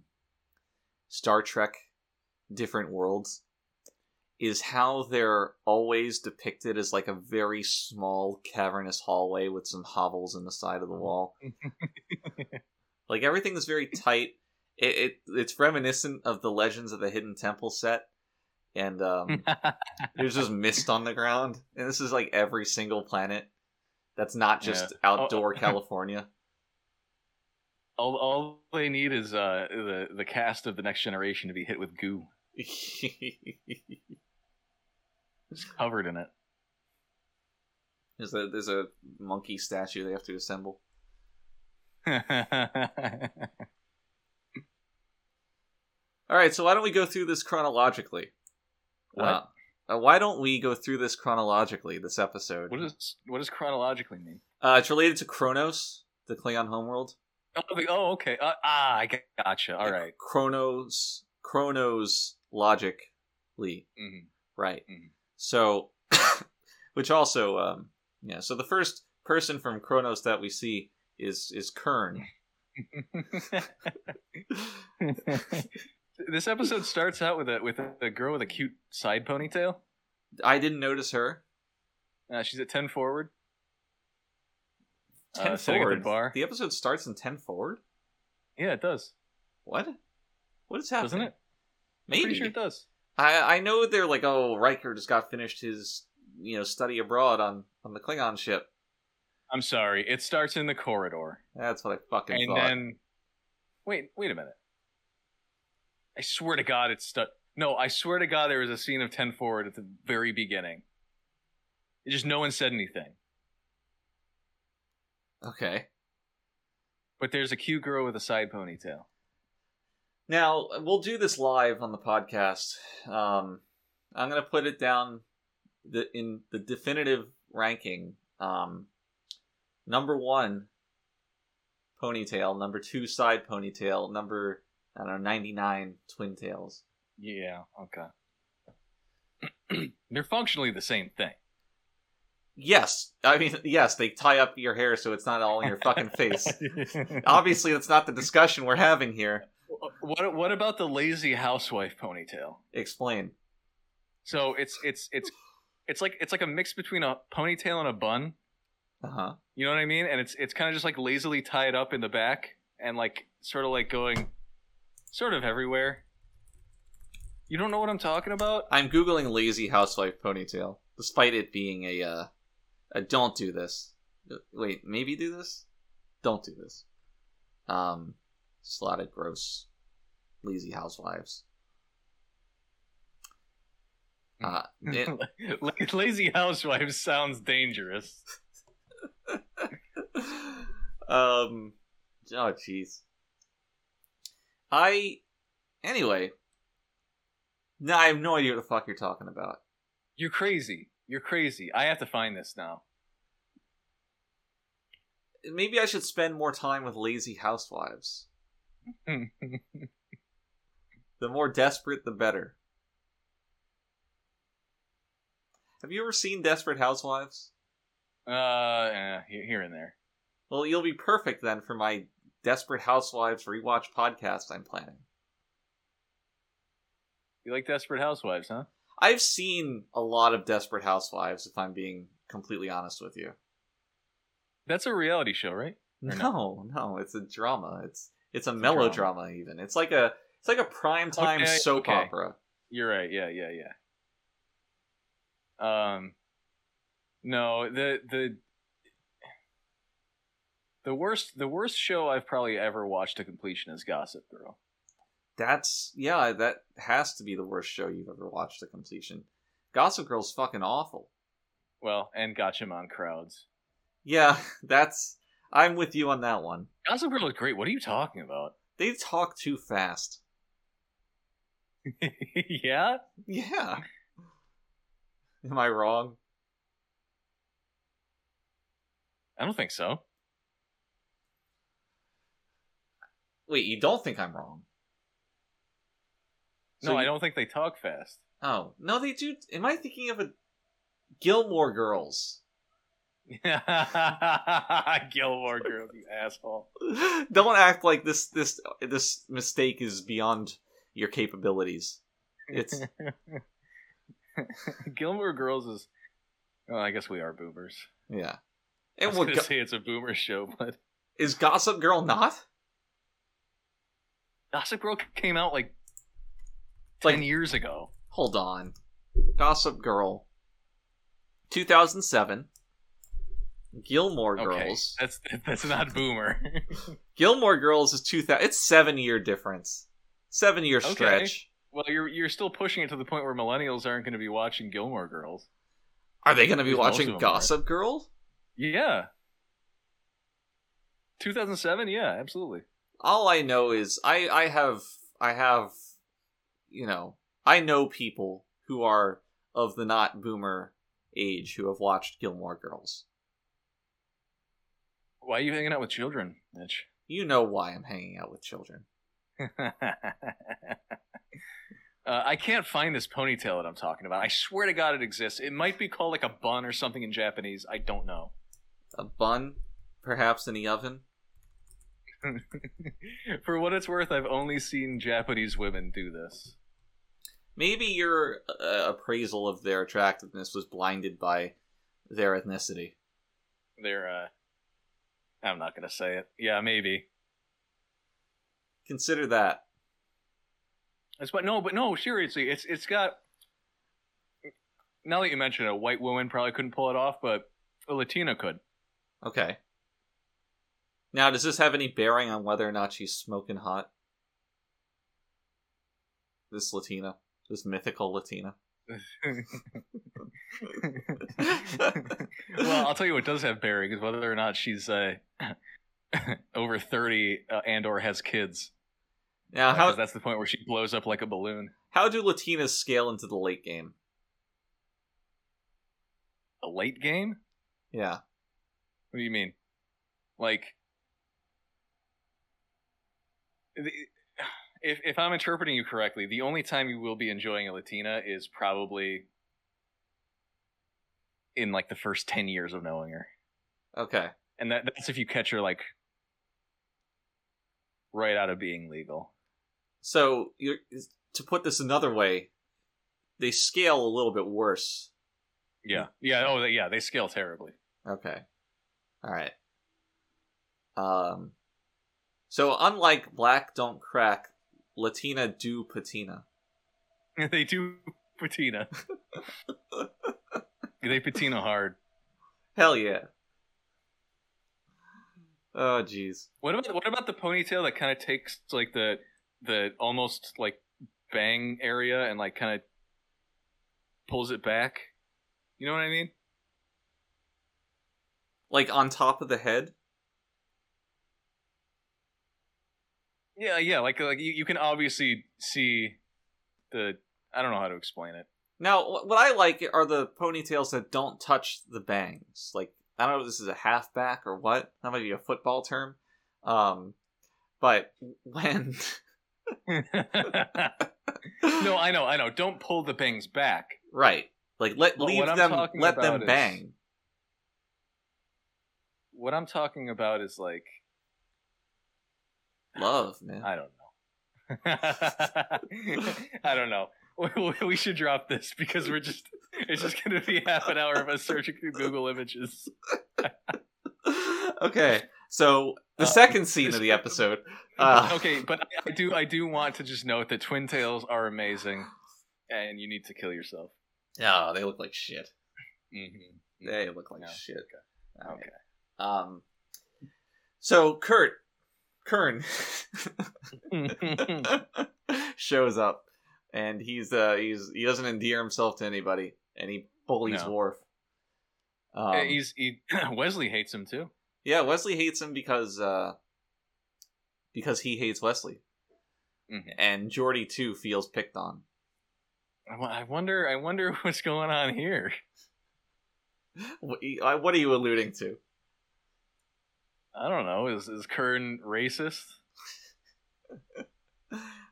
Star Trek different worlds is how they're always depicted as like a very small cavernous hallway with some hovels in the side of the wall. like everything is very tight. It, it it's reminiscent of the Legends of the Hidden Temple set, and Hmm. um, there's just mist on the ground, and this is like every single planet. That's not just outdoor Oh. California. all all they need is uh the the cast of the Next Generation to be hit with goo, there's just covered in it. a there's a monkey statue they have to assemble. All right, so why don't we go through this chronologically? What? Uh, uh, why don't we go through this chronologically? This episode. what does what does chronologically mean? Uh, it's related to Kronos, the Klingon homeworld. Oh, the- oh, okay. Uh, ah, I gotcha. All right. Kronos, Kronos logic Lee, Mhm. right? Mhm. So, which also, um, yeah. So the first person from Kronos that we see is is Kern. Mm-hmm. this episode starts out with a with a, a girl with a cute side ponytail. I didn't notice her. Uh, she's at ten forward. Uh, Ten sitting at forward. the bar. The episode starts in ten forward. Yeah, it does, What? What is happening? doesn't it? Maybe. Pretty sure it does. I I know they're like, oh, Riker just got finished his you know study abroad on on the Klingon ship. I'm sorry. It starts in the corridor, That's what I fucking and thought. then wait, wait a minute. I swear to God, it's stuck. No, I swear to God, there was a scene of ten forward at the very beginning. It just no one said anything, Okay. but there's a cute girl with a side ponytail. Now we'll do this live on the podcast. Um, I'm gonna put it down the in the definitive ranking. Um, number one, ponytail. Number two, side ponytail. Number I don't know, 99 twin tails. Yeah. Okay. They're functionally the same thing. Yes, I mean yes, they tie up your hair so it's not all in your fucking face. Obviously, that's not the discussion we're having here. what What about the lazy housewife ponytail? Explain. So it's it's it's it's like it's like a mix between a ponytail and a bun. Uh huh. You know what I mean? And it's it's kind of just like lazily tied up in the back and like sort of like going sort of everywhere. You don't know what I'm talking about? I'm googling lazy housewife ponytail, despite it being a uh, a don't do this. Uh, Wait, maybe do this? Don't do this. Um, just a lot of gross, lazy housewives. Uh, it, La- lazy housewife sounds dangerous. um oh jeez i anyway no i have no idea what the fuck you're talking about You're crazy. You're crazy. I have to find this now. maybe i should spend more time with lazy housewives Uh, the more desperate the better have you ever seen desperate housewives uh, eh, here, here and there. well you'll be perfect then for my desperate housewives rewatch podcast i'm planning You like Desperate Housewives, huh? I've seen a lot of Desperate Housewives, if I'm being completely honest with you. That's a reality show, right? Or No, no, it's a drama. It's it's a drama. melodrama even. It's like a it's like a primetime Okay, soap okay. opera. You're right. Yeah, yeah, yeah. Um, no the the the worst the worst show I've probably ever watched to completion is Gossip Girl. That's yeah, that has to be the worst show you've ever watched to completion. Gossip Girl's fucking awful. Well, and Gatchaman crowds. Yeah, that's I'm with you on that one. Gossip Girl is great. What are you talking about? They talk too fast. yeah, Yeah. Am I wrong? I don't think so. Wait, you don't think I'm wrong? No, So I you- don't think they talk fast. Oh no, they do. Am I thinking of a Gilmore Girls? Gilmore Girls, you asshole. Don't act like this. This this mistake is beyond your capabilities. It's Gilmore Girls is. Well, I guess we are boomers. yeah. I And was what gonna go- say it's a boomer show, but is Gossip Girl not? Gossip Girl came out like Like- ten years ago. Hold on. Gossip Girl. 2007. Gilmore Girls. Okay, that's that's not boomer. Gilmore Girls is 2000. It's seven year difference. Seven year Okay. stretch. well, you're you're still pushing it to the point where millennials aren't going to be watching Gilmore Girls. Are they going to be Most of watching them are. Gossip Girl? Yeah. 2007, yeah, absolutely. all I know is I I have I have you know I know people who are of the not boomer age who have watched Gilmore Girls. Why are you hanging out with children, Mitch? You know why I'm hanging out with children. uh, Uh, I can't find this ponytail that I'm talking about. I swear to God, it exists. It might be called like a bun or something in Japanese. I don't know. A bun, perhaps in the oven. For what it's worth, I've only seen Japanese women do this. Maybe your uh, appraisal of their attractiveness was blinded by their ethnicity. They're, uh, I'm not gonna say it. Yeah, maybe. Consider that. That's but no, but no, seriously, it's it's got. Now that you mention it, a white woman probably couldn't pull it off, but a Latina could. Okay. Now, does this have any bearing on whether or not she's smoking hot? This Latina, this mythical Latina. well, I'll tell you what does have bearing is whether or not she's uh, over thirty uh, and or has kids. Now, Because Uh, how that's the point where she blows up like a balloon. how do Latinas scale into the late game? A late game? Yeah, What do you mean? Like, the- if if I'm interpreting you correctly, the only time you will be enjoying a Latina is probably in like the first ten years of knowing her, okay. and that that's if you catch her like right out of being legal. So you're, to put this another way, they scale a little bit worse. Yeah, yeah, oh they- yeah, they scale terribly. Okay, all right. Um, so unlike black don't crack, Latina do patina. they do patina. they patina hard. Hell yeah. Oh jeez. What about what about the ponytail that kind of takes like the the almost like bang area and like kind of pulls it back? You know what I mean? Like on top of the head. Yeah, yeah. Like like you, you can obviously see the I don't know how to explain it. Now, wh- what I like are the ponytails that don't touch the bangs. Like I don't know if this is a halfback or what. That might be a football term. Um, but when no, I know, I know. Don't pull the bangs back. right, like let Well, leave what I'm them talking let them about is- bang. What I'm talking about is like Love, man. I don't know. I don't know. We- We should drop this because we're just it's just going to be half an hour of us searching through Google images. okay, so the Uh, second scene of the episode. Uh, okay, but I- I do I do want to just note that twin tails are amazing, and you need to kill yourself. Oh, they look like shit. Mm-hmm. They look like No. shit. Alright. Okay. Um. So Kurt, Kern, shows up, and he's uh he's he doesn't endear himself to anybody, and he bullies No. Worf. Um, Yeah, He's he, Wesley hates him too. yeah, Wesley hates him because uh because he hates Wesley, Mhm. and Geordi too feels picked on. I wo- I wonder I wonder what's going on here. What I- what are you alluding to? I don't know. Is is Kern racist?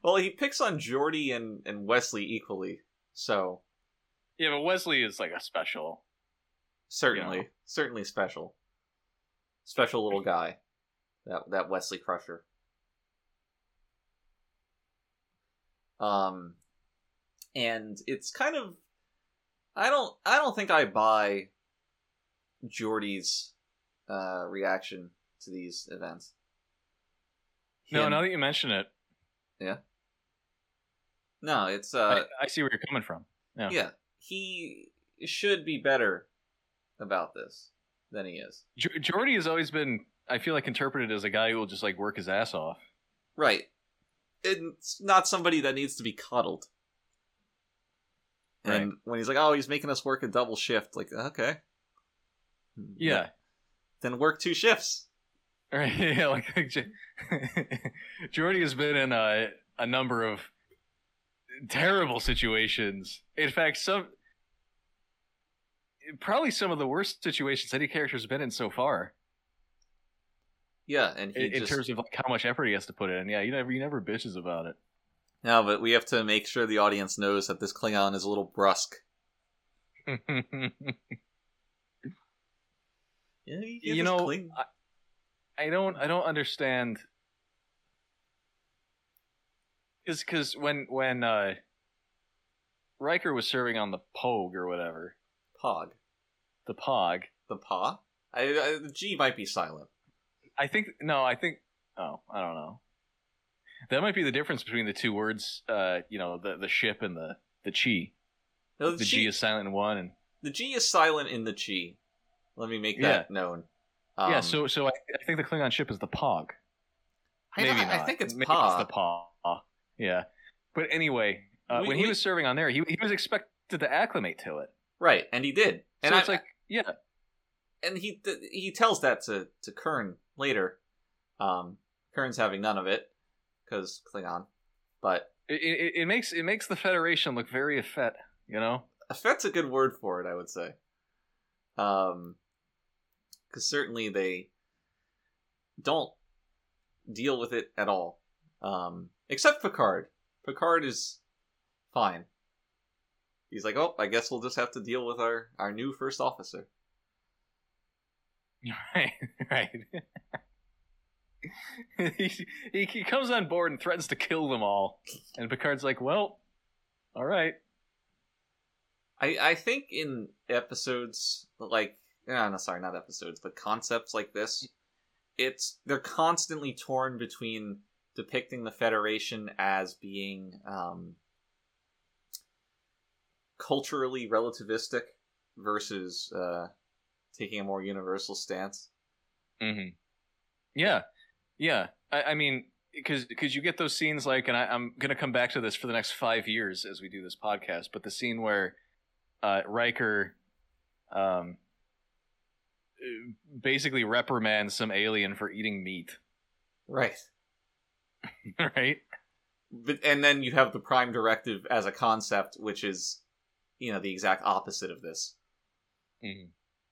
Well, he picks on Geordi and and Wesley equally, so Yeah, but Wesley is like a special. certainly Yeah. certainly special special little guy that that wesley crusher um and it's kind of i don't i don't think i buy jordy's uh reaction to these events No, Him- now that you mention it, no it's uh I, I see where you're coming from. Yeah. yeah he should be better about this than he is J- Jordy has always been, I feel like, interpreted as a guy who will just like work his ass off. Right. It's not somebody that needs to be coddled. And when he's like, oh, he's making us work a double shift, like, okay. Yeah. Then work two shifts. Right. Yeah. Like, like J- Jordy has been in a, a number of terrible situations. In fact, some probably some of the worst situations any character's been in so far Yeah, and he in, in just terms of like how much effort he has to put in. Yeah, you never you never bitches about it. No, but we have to make sure the audience knows that this Klingon is a little brusque. Yeah, You this know, Kling- I don't I don't understand is cuz when when uh Riker was serving on the Pogue or whatever, Pog. the Pog. The Pa? I, I, the G might be silent. I think no, I think oh, I don't know. That might be the difference between the two words, uh, you know, the the ship and the the chi. No, The, the, G G is silent in one and the G is silent in the G. Let me make that known. Yeah, Um, so so I, I think the Klingon ship is the Pog. I- Maybe I, not. I think it's Maybe Pa. the paw. Yeah. But anyway, uh, We- when he we- was serving on there, he, he was expected to acclimate to it. Right, and he did. And so I, it's like, yeah, and he th- he tells that to to Kern later. Um, Kern's having none of it because Klingon, but it, it, it makes it makes the Federation look very effete. You know, effet's a good word for it, I would say. Um, because certainly they don't deal with it at all. Um, except Picard. Picard is fine. He's like, oh, I guess we'll just have to deal with our our new first officer. right, right. he, he he comes on board and threatens to kill them all, and Picard's like, well, all right, I I think in episodes like eh, no, no sorry not episodes but concepts like this, it's they're constantly torn between depicting the Federation as being um, culturally relativistic versus uh, taking a more universal stance. Mm-hmm. Yeah, yeah. I, I mean, because because you get those scenes like, and I, I'm gonna come back to this for the next five years as we do this podcast. But the scene where uh, Riker, um, uh, basically reprimands some alien for eating meat, Right. right? But, and then you have the prime directive as a concept which is you know the exact opposite of this. Mhm.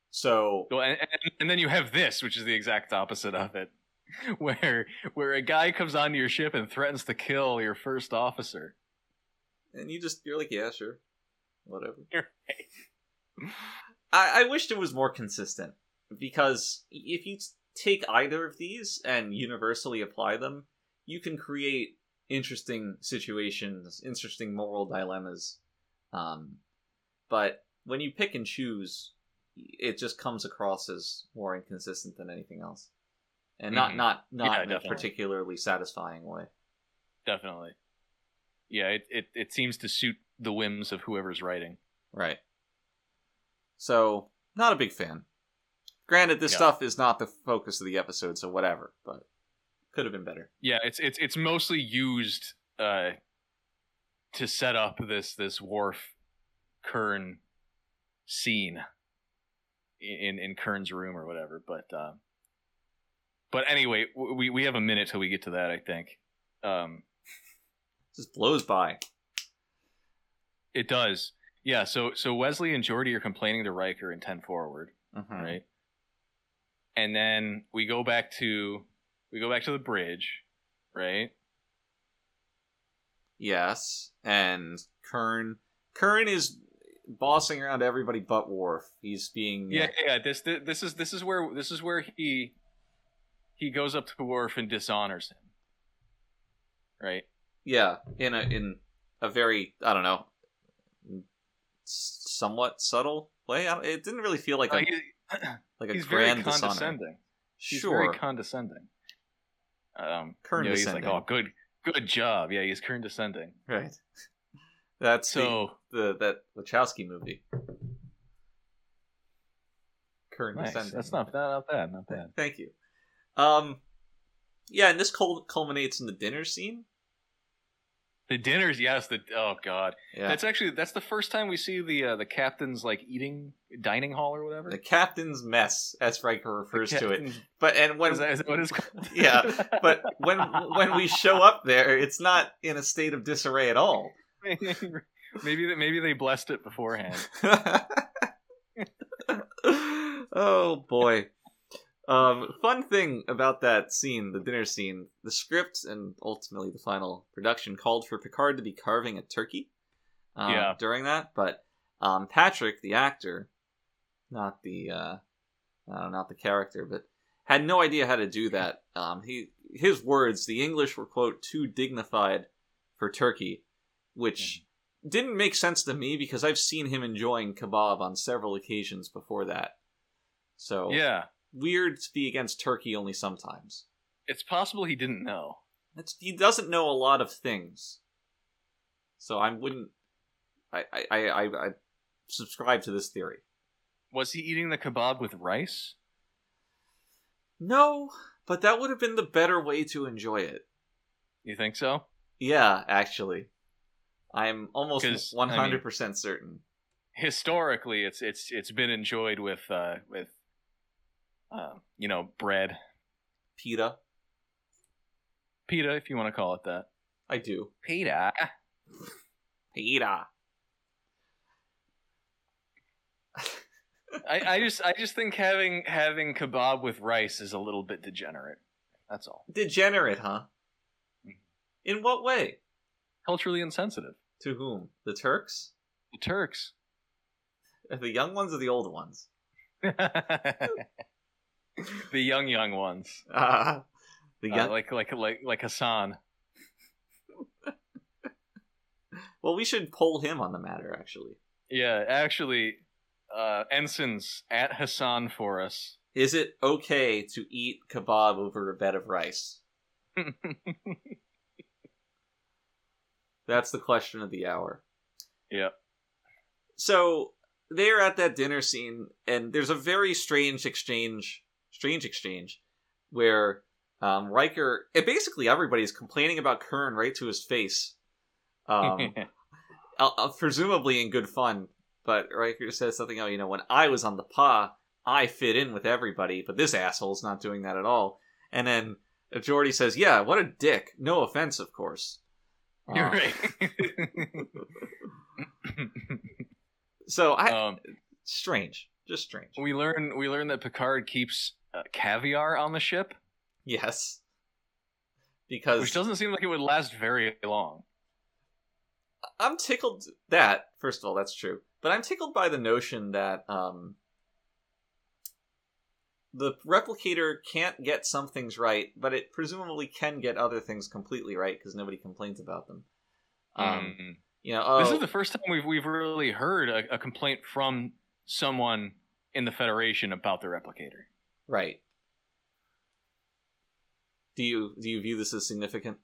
So Well, and, and, and then you have this, which is the exact opposite of it, where where a guy comes onto your ship and threatens to kill your first officer. and you just you're like yeah sure whatever You're I, I wished it was more consistent because if you take either of these and universally apply them you can create interesting situations interesting moral dilemmas um, but when you pick and choose it just comes across as more inconsistent than anything else and not Mhm. not not Yeah, in a definitely. particularly satisfying way Definitely. Yeah, it, it, it seems to suit the whims of whoever's writing. Right. So, not a big fan. Granted, this Yeah. stuff is not the focus of the episode, so whatever, but could have been better. Yeah, it's it's it's mostly used uh, to set up this this Worf Kern scene in in Kern's room or whatever. But um, but anyway, w- we we have a minute till we get to that. I think um, Just blows by. it does. Yeah. So so Wesley and Jordy are complaining to Riker in ten forward. Mhm. right? And then we go back to we go back to the bridge, right? Yes, and Kern. Kern is bossing around everybody but Worf. He's being Yeah, yeah. This thi- this is this is where this is where he he goes up to Worf and dishonors him, right? yeah in a in a very I don't know s- somewhat subtle way. I don't- it didn't really feel like Uh, a he- like a he's very grand dishonor. condescending. He's Sure, very condescending. Um, Kern you know, he's like, descending. oh, good, good job. Yeah, he's Kern descending. right. That's the- So the that Wachowski movie. Kern nice. Descending. That's not bad. Not bad. Not bad. Thank you. Um, yeah, and this cul- culminates in the dinner scene. The dinners, yes. The oh god. Yeah, That's actually that's the first time we see the uh, the captain's like eating dining hall or whatever. the captain's mess, as Riker refers to it. Captain- But and when Is that, is that what it's called? Yeah, but when when we show up there, it's not in a state of disarray at all. maybe they, maybe they blessed it beforehand. oh boy. Um, fun thing about that scene, the dinner scene, the script and ultimately the final production called for Picard to be carving a turkey um, Yeah. during that, but um, Patrick, the actor, not the uh, uh, not the character, but had no idea how to do that. Um, he his words, the English were quote too dignified for turkey, which didn't make sense to me because I've seen him enjoying kebab on several occasions before that. So Yeah, weird to be against Turkey only sometimes. it's possible he didn't know. That's, he doesn't know a lot of things, so I wouldn't. I I I, I, I subscribe to this theory. Was he eating the kebab with rice? No, but that would have been the better way to enjoy it. You think so? Yeah, actually, I'm 'Cause, almost I mean- one hundred percent certain. Historically, it's it's it's been enjoyed with uh, with uh, you know bread, Pita, pita, if you want to call it that. I do. Pita. Pita. I, I just I just think having having kebab with rice is a little bit degenerate. That's all. Degenerate, huh? Mm-hmm. In what way? Culturally insensitive. To whom? The Turks? Uh, The Turks. The young ones or the old ones? the young young ones. Uh, the Uh, young, like like like like Hassan. Well, we should poll him on the matter, actually. Yeah, actually, uh, ensigns at Hassan for us. Is it okay to eat kebab over a bed of rice? That's the question of the hour. Yep. So they're at that dinner scene, and there's a very strange exchange, strange exchange, where um, Riker, and basically everybody's complaining about Kern right to his face. Um, uh, uh, presumably in good fun. But Riker says something, oh, you know, when I was on the PA, I fit in with everybody, but this asshole's not doing that at all. And then uh, Jordy says, yeah, what a dick. No offense, of course. You're Uh, right. So I um, strange, just strange. we learn we learn that Picard keeps uh, caviar on the ship, yes, which because doesn't seem like it would last very long. I'm tickled that first of all, that's true. But I'm tickled by the notion that um, the replicator can't get some things right, but it presumably can get other things completely right because nobody complains about them. Um, Mm. you know, oh, This is the first time we've we've really heard a, a complaint from someone in the Federation about the replicator. right. Do you do you view this as significant?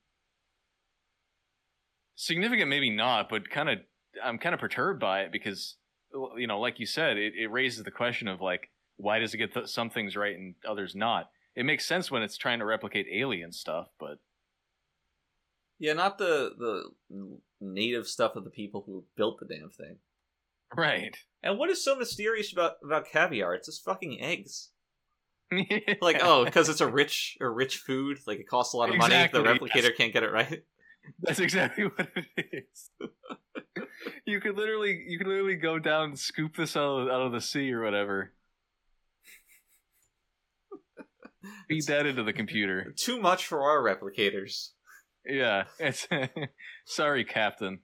Significant, maybe not, but kind of I'm kind of perturbed by it because you know, like you said, it, it raises the question of like why does it get th- some things right and others not? It makes sense when it's trying to replicate alien stuff, but Yeah, not the the native stuff of the people who built the damn thing. right. And what is so mysterious about about caviar? It's just fucking eggs. like oh because it's a rich a rich food like it costs a lot of money the Exactly, replicator can't get it right That's exactly what it is. you could literally, you could literally go down and scoop this out of, out of the sea or whatever. Feed that into the computer. too much for our replicators Yeah, it's sorry, Captain.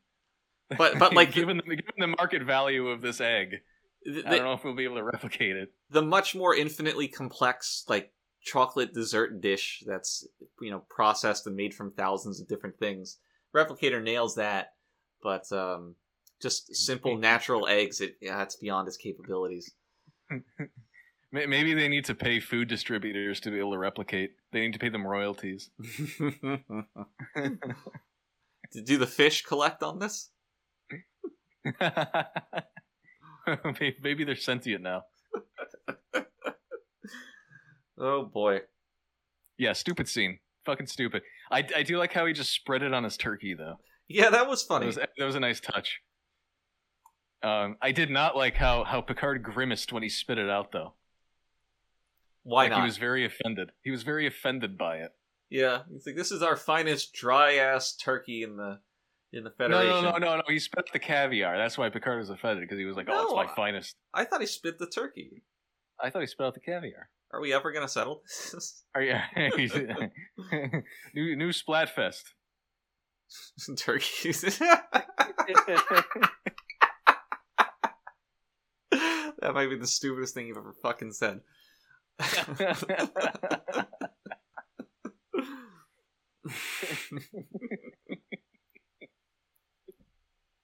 but but like the, given the, given the market value of this egg, I don't the, know if we'll be able to replicate it. the much more infinitely complex like chocolate dessert dish that's you know processed and made from thousands of different things replicator nails that but um just simple natural eggs it yeah, it's beyond its capabilities May- Maybe they need to pay food distributors to be able to replicate. They need to pay them royalties. do the fish collect on this May- Maybe they're sentient now. oh boy Yeah, stupid scene. Fucking stupid. I, I do like how he just spread it on his turkey though. yeah that was That funny was, that was a nice touch. Um, I did not like how how Picard grimaced when he spit it out though. why like not He was very offended. He was very offended by it. Yeah, he's like, this is our finest dry ass turkey in the in the No, Federation. no, no, no, no. He spit the caviar. That's why Picard was offended because he was like, "Oh, it's No, my I- finest." I thought he spit the turkey. I thought he spit out the caviar. Are we ever gonna settle this? Are you new new Splatfest? Turkeys. that might be the stupidest thing you've ever fucking said.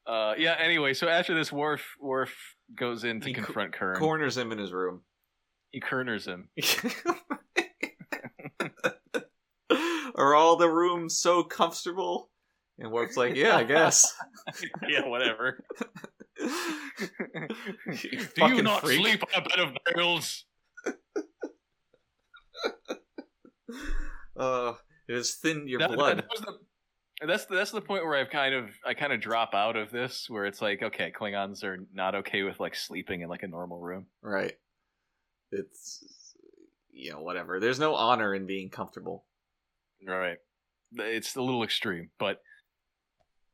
uh, yeah. Anyway, so after this, Worf Worf goes in to He cor- confront Kern. Corners him in his room. He Kerners him. Are all the rooms so comfortable? And Warp's like, yeah, I guess. yeah, whatever. You Do you fucking not freak. sleep on a bed of nails? Uh, it has thinned your That- blood. that was the- that's the, that's the point where I've kind of I kind of drop out of this where it's like okay Klingons are not okay with like sleeping in like a normal room. Right. It's you know, whatever. There's no honor in being comfortable. Right. It's a little extreme, but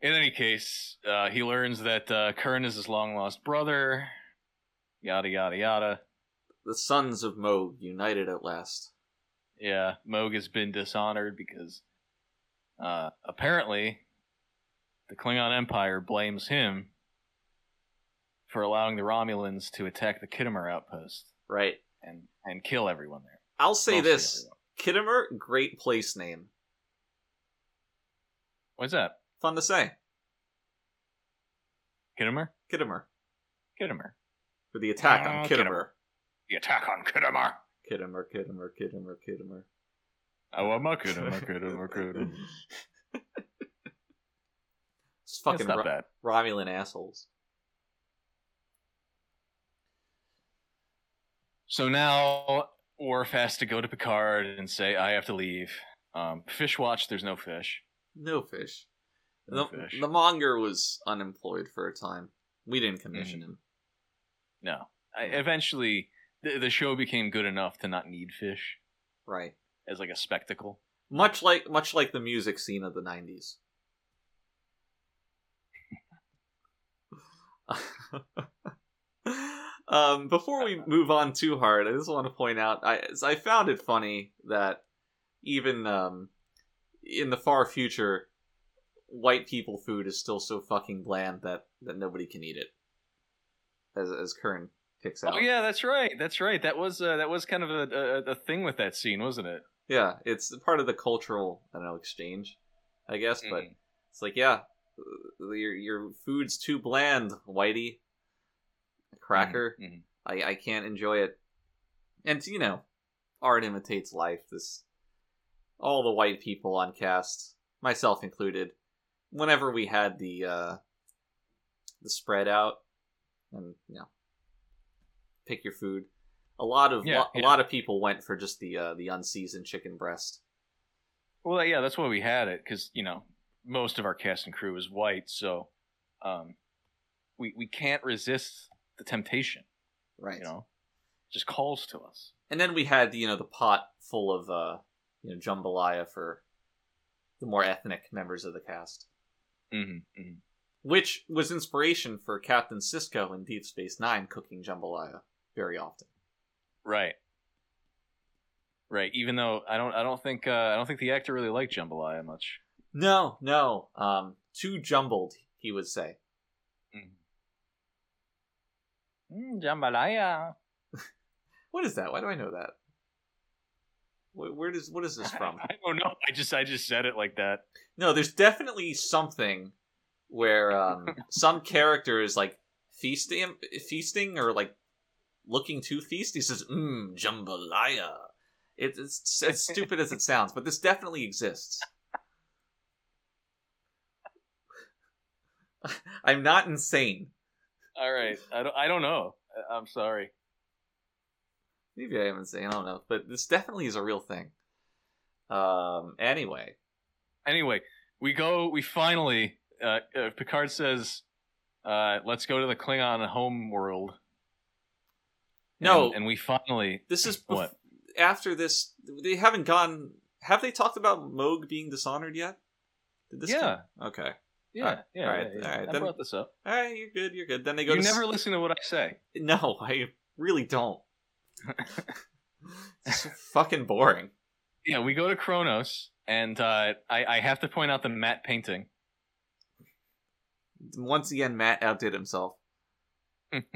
in any case, uh, he learns that uh, Kern is his long lost brother. Yada yada yada. The sons of Moog united at last. Yeah, Moog has been dishonored because uh, apparently the Klingon Empire blames him for allowing the Romulans to attack the Kittimer outpost Right. and and kill everyone there. I'll say Mostly this. everyone. Kittimer, great place name. What's that? Fun to say. Kittimer? Kittimer. Kittimer. For the attack on Oh, Ah, Kittimer. The attack on Kittimer. Kittimer, Kittimer, Kittimer, Kittimer. Oh, I'm a Kittimer, Kittimer, Kittimer. It's fucking it's not Ro- bad. Romulan assholes. So now Worf has to go to Picard and say, "I have to leave." Um, fish watch. There's no fish. No fish. No the, fish. the monger was unemployed for a time. We didn't commission Mm. him. No. I, eventually, the, the show became good enough to not need fish Right. as like a spectacle. Much like much like the music scene of the nineties. um, before we move on too hard, I just want to point out I I found it funny that even um, in the far future, white people food is still so fucking bland that that nobody can eat it. As as Kern picks out. Oh yeah, that's right. That's right. That was uh, that was kind of a, a a thing with that scene, wasn't it? Yeah, it's part of the cultural I don't know exchange, I guess. Mm-hmm. But it's like, yeah, uh, your your food's too bland, Whitey. Cracker, Mhm, mhm. I I can't enjoy it. And you know, art imitates life. This, all the white people on cast, myself included, whenever we had the uh the spread out, and you know, pick your food. A lot of Yeah, lo- a yeah. lot of people went for just the uh, the unseasoned chicken breast. Well, yeah, that's why we had it because you know most of our cast and crew is white, so um, we we can't resist the temptation. Right. You know, just calls to us. and then we had you know the pot full of uh you know jambalaya for the more ethnic members of the cast Mm-hmm, mm-hmm. which was inspiration for captain cisco in deep space nine cooking jambalaya very often Right. Right. Even though I don't, I don't think, uh, I don't think the actor really liked jambalaya much. no no um too jumbled he would say Mm-hmm. Mm, jambalaya. what is that why do i know that Wh- where does what is this from I don't know. I just, I just said it like that. no there's definitely something where um some character is like feasting feasting or like looking to feast he says mmm jambalaya it, it's as stupid as it sounds but this definitely exists i'm not insane All right. I don't, I don't know. I- I'm sorry. maybe i am insane i don't know but this definitely is a real thing um anyway Anyway, we go. We finally. Uh, uh, Picard says, uh, "Let's go to the Klingon home world." no and, and we finally. This is bef- What? after this. They haven't gone. Have they talked about Moog being dishonored yet? Did yeah, come- Okay. yeah, Alright, yeah, alright, yeah, yeah. alright, I then- brought this up. All right, you're good. You're good. Then they go. You to s- never listen to what I say. No, I really don't. It's fucking boring. Yeah, we go to Kronos, and uh, I, I have to point out the matte painting. Once again, Matt outdid himself. Um,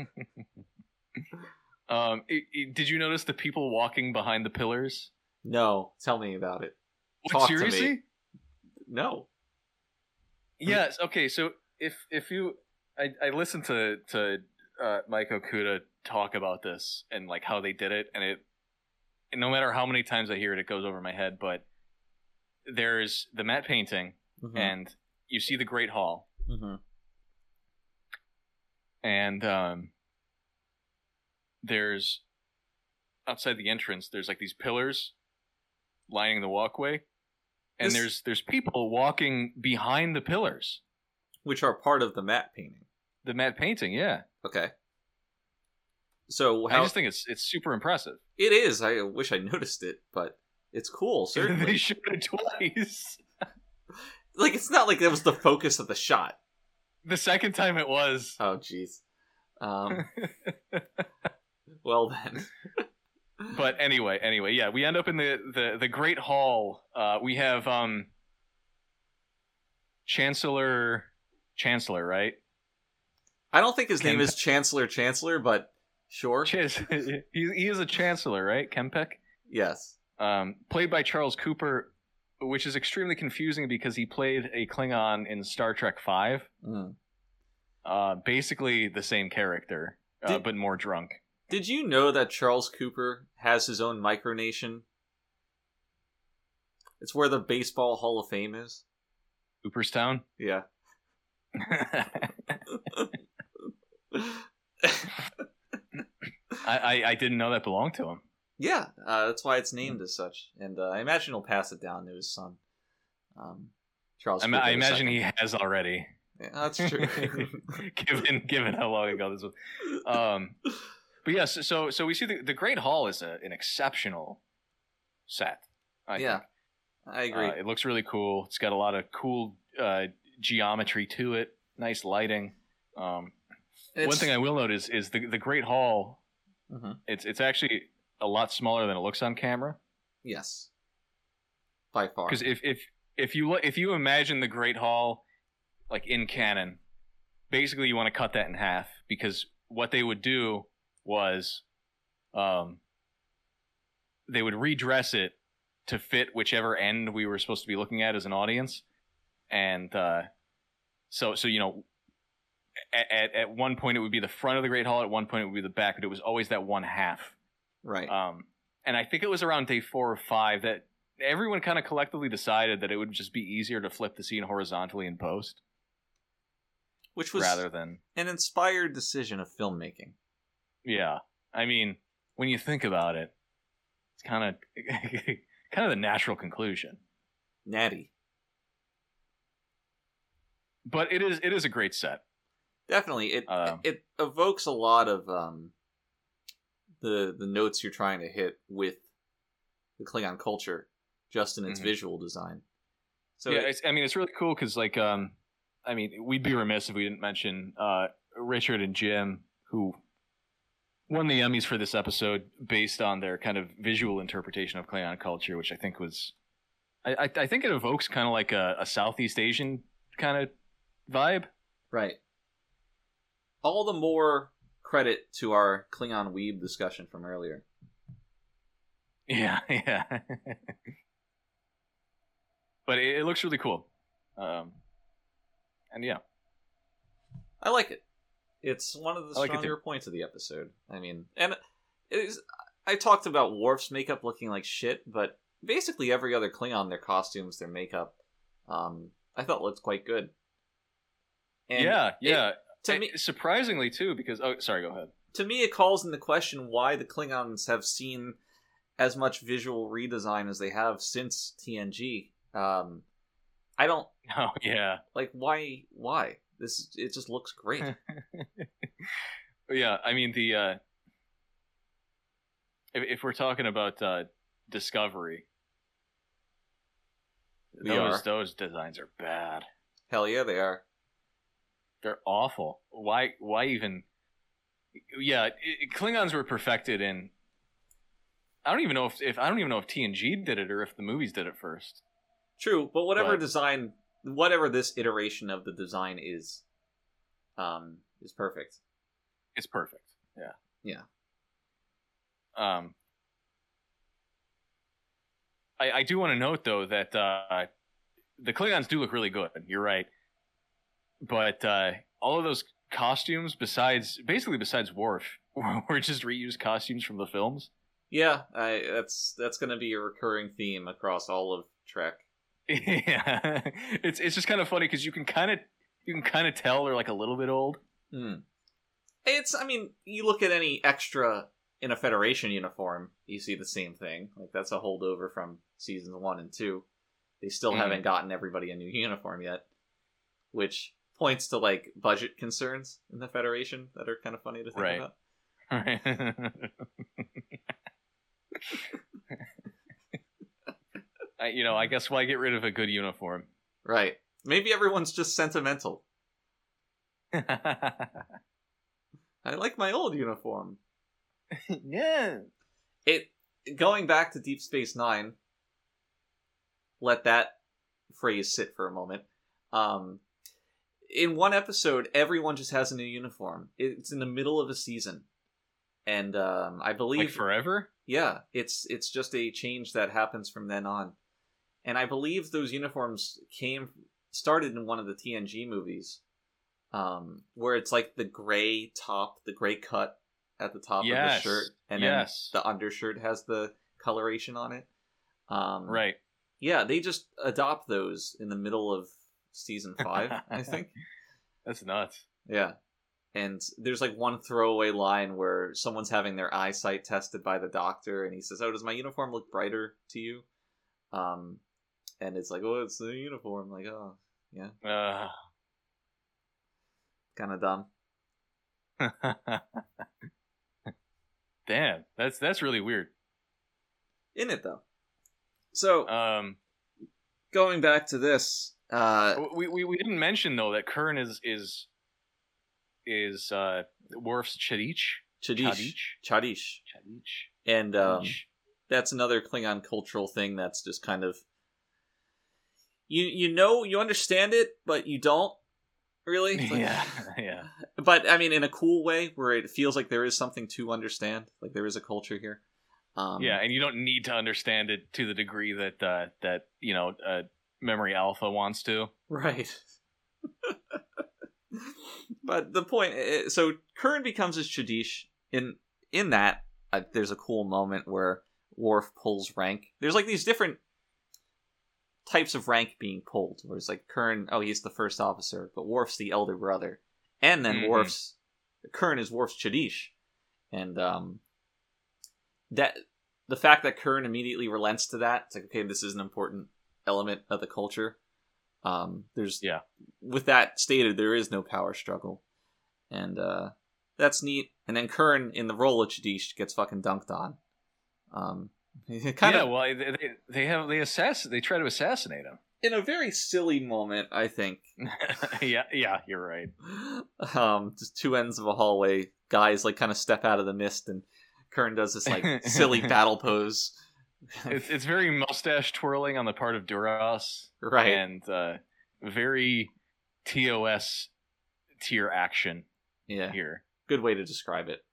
i i did you notice the people walking behind the pillars? No, tell me about it. What, Talk to me. seriously? No. Yes. Okay. So if if you, I, I listened to to uh, Mike Okuda talk about this and like how they did it, and it, and no matter how many times I hear it, it goes over my head. But there's the matte painting, Mhm, and you see the Great Hall, mhm. and um, there's outside the entrance. There's like these pillars lining the walkway, and This- there's there's people walking behind the pillars. Which are part of the Matt painting. The matte painting, yeah. Okay. So I how just think it's it's super impressive. it is. I wish I noticed it, but it's cool. they Certainly. showed it twice. like it's not like that was the focus of the shot. The second time it was. Oh, jeez. Um, well then. But anyway, anyway, yeah, we end up in the the the Great Hall. Uh, we have um, Chancellor Chancellor, right? I don't think his name Ken- is Chancellor Chancellor, but sure. Chis, he, he is a Chancellor, right? Kempek, yes. um, played by Charles Cooper, which is extremely confusing because he played a Klingon in Star Trek Five. Mm. Uh, basically the same character, uh, Did- but more drunk. Did you know that Charles Cooper has his own micronation? It's where the Baseball Hall of Fame is. Cooperstown. Yeah. I, I, I didn't know that belonged to him. yeah, uh, that's why it's named as such. And uh, I imagine he'll pass it down to his son, um, Charles. I, ma- Cooper I the imagine second. he has already, Yeah, that's true. given given how long ago this was. Um, but yes, so so we see the, the Great Hall is a, an exceptional set. I yeah, think. I agree. Uh, it looks really cool. It's got a lot of cool uh, geometry to it. Nice lighting. Um, It's- one thing I will note is is the the Great Hall. Mhm. It's it's actually a lot smaller than it looks on camera. yes, by far. because if if if you lo- if you imagine the Great Hall like in canon, basically you want to cut that in half because what they would do was, um, they would redress it to fit whichever end we were supposed to be looking at as an audience, and uh, so so you know. a- At, at one point it would be the front of the Great Hall. At one point it would be the back, but it was always that one half. right. Um, and I think it was around day four or five that everyone kind of collectively decided that it would just be easier to flip the scene horizontally in post Which was rather than an inspired decision of filmmaking. yeah. I mean, when you think about it, it's kind of kind of the natural conclusion. Natty. But it is it is a great set. Definitely. It Um, it evokes a lot of um the the notes you're trying to hit with the Klingon culture just in its Mhm. visual design. So yeah, it- it's, I mean, it's really cool because like um, I mean, we'd be remiss if we didn't mention uh Richard and Jim who won the Emmys for this episode based on their kind of visual interpretation of Klingon culture, which I think was, I I, I think it evokes kind of like a, a Southeast Asian kind of vibe. right. All the more credit to our Klingon weeb discussion from earlier. Yeah, yeah. but it, it looks really cool, um, and yeah, I like it. It's one of the I like it stronger points of the episode. I mean, and it is, I talked about Worf's makeup looking like shit, but basically every other Klingon, their costumes, their makeup, um, I thought looked quite good. And yeah, it- yeah. to And me, surprisingly too, because oh, sorry, go ahead. to me, it calls into question why the Klingons have seen as much visual redesign as they have since TNG. Um, I don't Oh yeah. like why. Why this? It just looks great. Yeah, I mean the uh if, if we're talking about uh Discovery, We those are. those designs are bad. Hell yeah, they are. They're awful. Why why even Yeah, i Klingons were perfected in I don't even know if, if I don't even know if TNG did it or if the movies did it first. True, but whatever But- design, whatever this iteration of the design is, um, is perfect. It's perfect. Yeah. Yeah. Um, I I do want to note though that uh, the Klingons do look really good. You're right, but uh, all of those costumes, besides basically besides Worf, were just reused costumes from the films. Yeah, I, that's that's going to be a recurring theme across all of Trek. yeah, it's it's just kind of funny because you can kind of you can kind of tell they're like a little bit old. Hmm. It's, I mean, you look at any extra in a Federation uniform, you see the same thing. Like, that's a holdover from seasons one and two. They still Mhm. haven't gotten everybody a new uniform yet, which points to, like, budget concerns in the Federation that are kind of funny to think Right. about. I, you know, I guess why get rid of a good uniform? Right. Maybe everyone's just sentimental. yeah. I like my old uniform. It going back to Deep Space Nine. Let that phrase sit for a moment. Um, in one episode, everyone just has a new uniform. It's in the middle of a season, and um, I believe Like forever? yeah, it's it's just a change that happens from then on. And I believe those uniforms came started in one of the TNG movies. Um, where it's like the gray top, the gray cut at the top Yes. of the shirt, and yes. then the undershirt has the coloration on it. Um, right. Yeah, they just adopt those in the middle of season five, I think. That's nuts. Yeah. And there's like one throwaway line where someone's having their eyesight tested by the doctor, and he says, "Oh, does my uniform look brighter to you?" Um, and it's like, "Oh, it's the uniform." Like, oh, Uh, kind of dumb. damn, that's that's really weird. In it though. So Um, going back to this, uh, we, we, we didn't mention though that Kern is is is uh Worf's Chadich. Chadish, Chadish, Chadich. and um, Chadich. that's another Klingon cultural thing that's just kind of you you know you understand it, but you don't really. It's like- yeah, yeah. but I mean, in a cool way, where it feels like there is something to understand, like there is a culture here. Um, yeah, and you don't need to understand it to the degree that uh, that you know uh, memory alpha wants to. right. but the point, i- so Kern becomes his Chadish. In in that, uh, there's a cool moment where Worf pulls rank. There's like these different types of rank being pulled. Where it's like Kern, oh, he's the first officer, but Worf's the elder brother, and then Mhm. Worf's Kern is Worf's Chadish, and um, that the fact that Kern immediately relents to that, it's like okay, this is an important element of the culture. Um, there's Yeah. With that stated, there is no power struggle, and uh, that's neat. And then Kern in the role of Chadish gets fucking dunked on. Um, kind yeah, of well, they, they they have they assass they try to assassinate him. in a very silly moment, I think. yeah, yeah, you're right. Um, just two ends of a hallway, guys like kind of step out of the mist, and Kern does this like silly battle pose. It's it's very mustache twirling on the part of Duras, right. and uh, very TOS tier action yeah. here. Good way to describe it.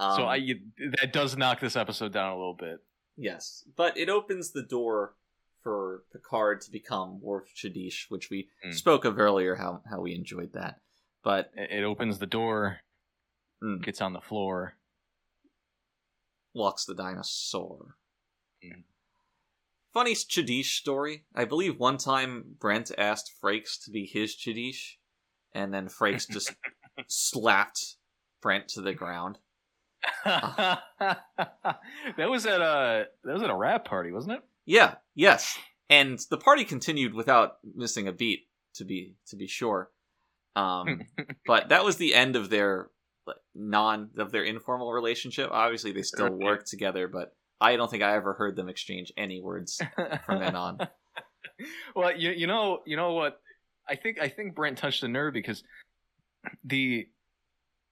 so Um, I you- that does knock this episode down a little bit. Yes, but it opens the door for Picard to become Worf Chadish, which we Mm. spoke of earlier. How how we enjoyed that, but It, it opens the door, Mm. gets on the floor. walks the dinosaur. Mm. Funny Chadish story. I believe one time Brent asked Frakes to be his Chadish, and then Frakes just slapped Brent to the ground. that was at a that was at a rap party, wasn't it? Yeah, yes. And the party continued without missing a beat, to be to be sure. Um, but that was the end of their like, non of their informal relationship. Obviously, they still Right. work together, but I don't think I ever heard them exchange any words from then on. well, you you know you know what I think I think Brent touched the nerve because the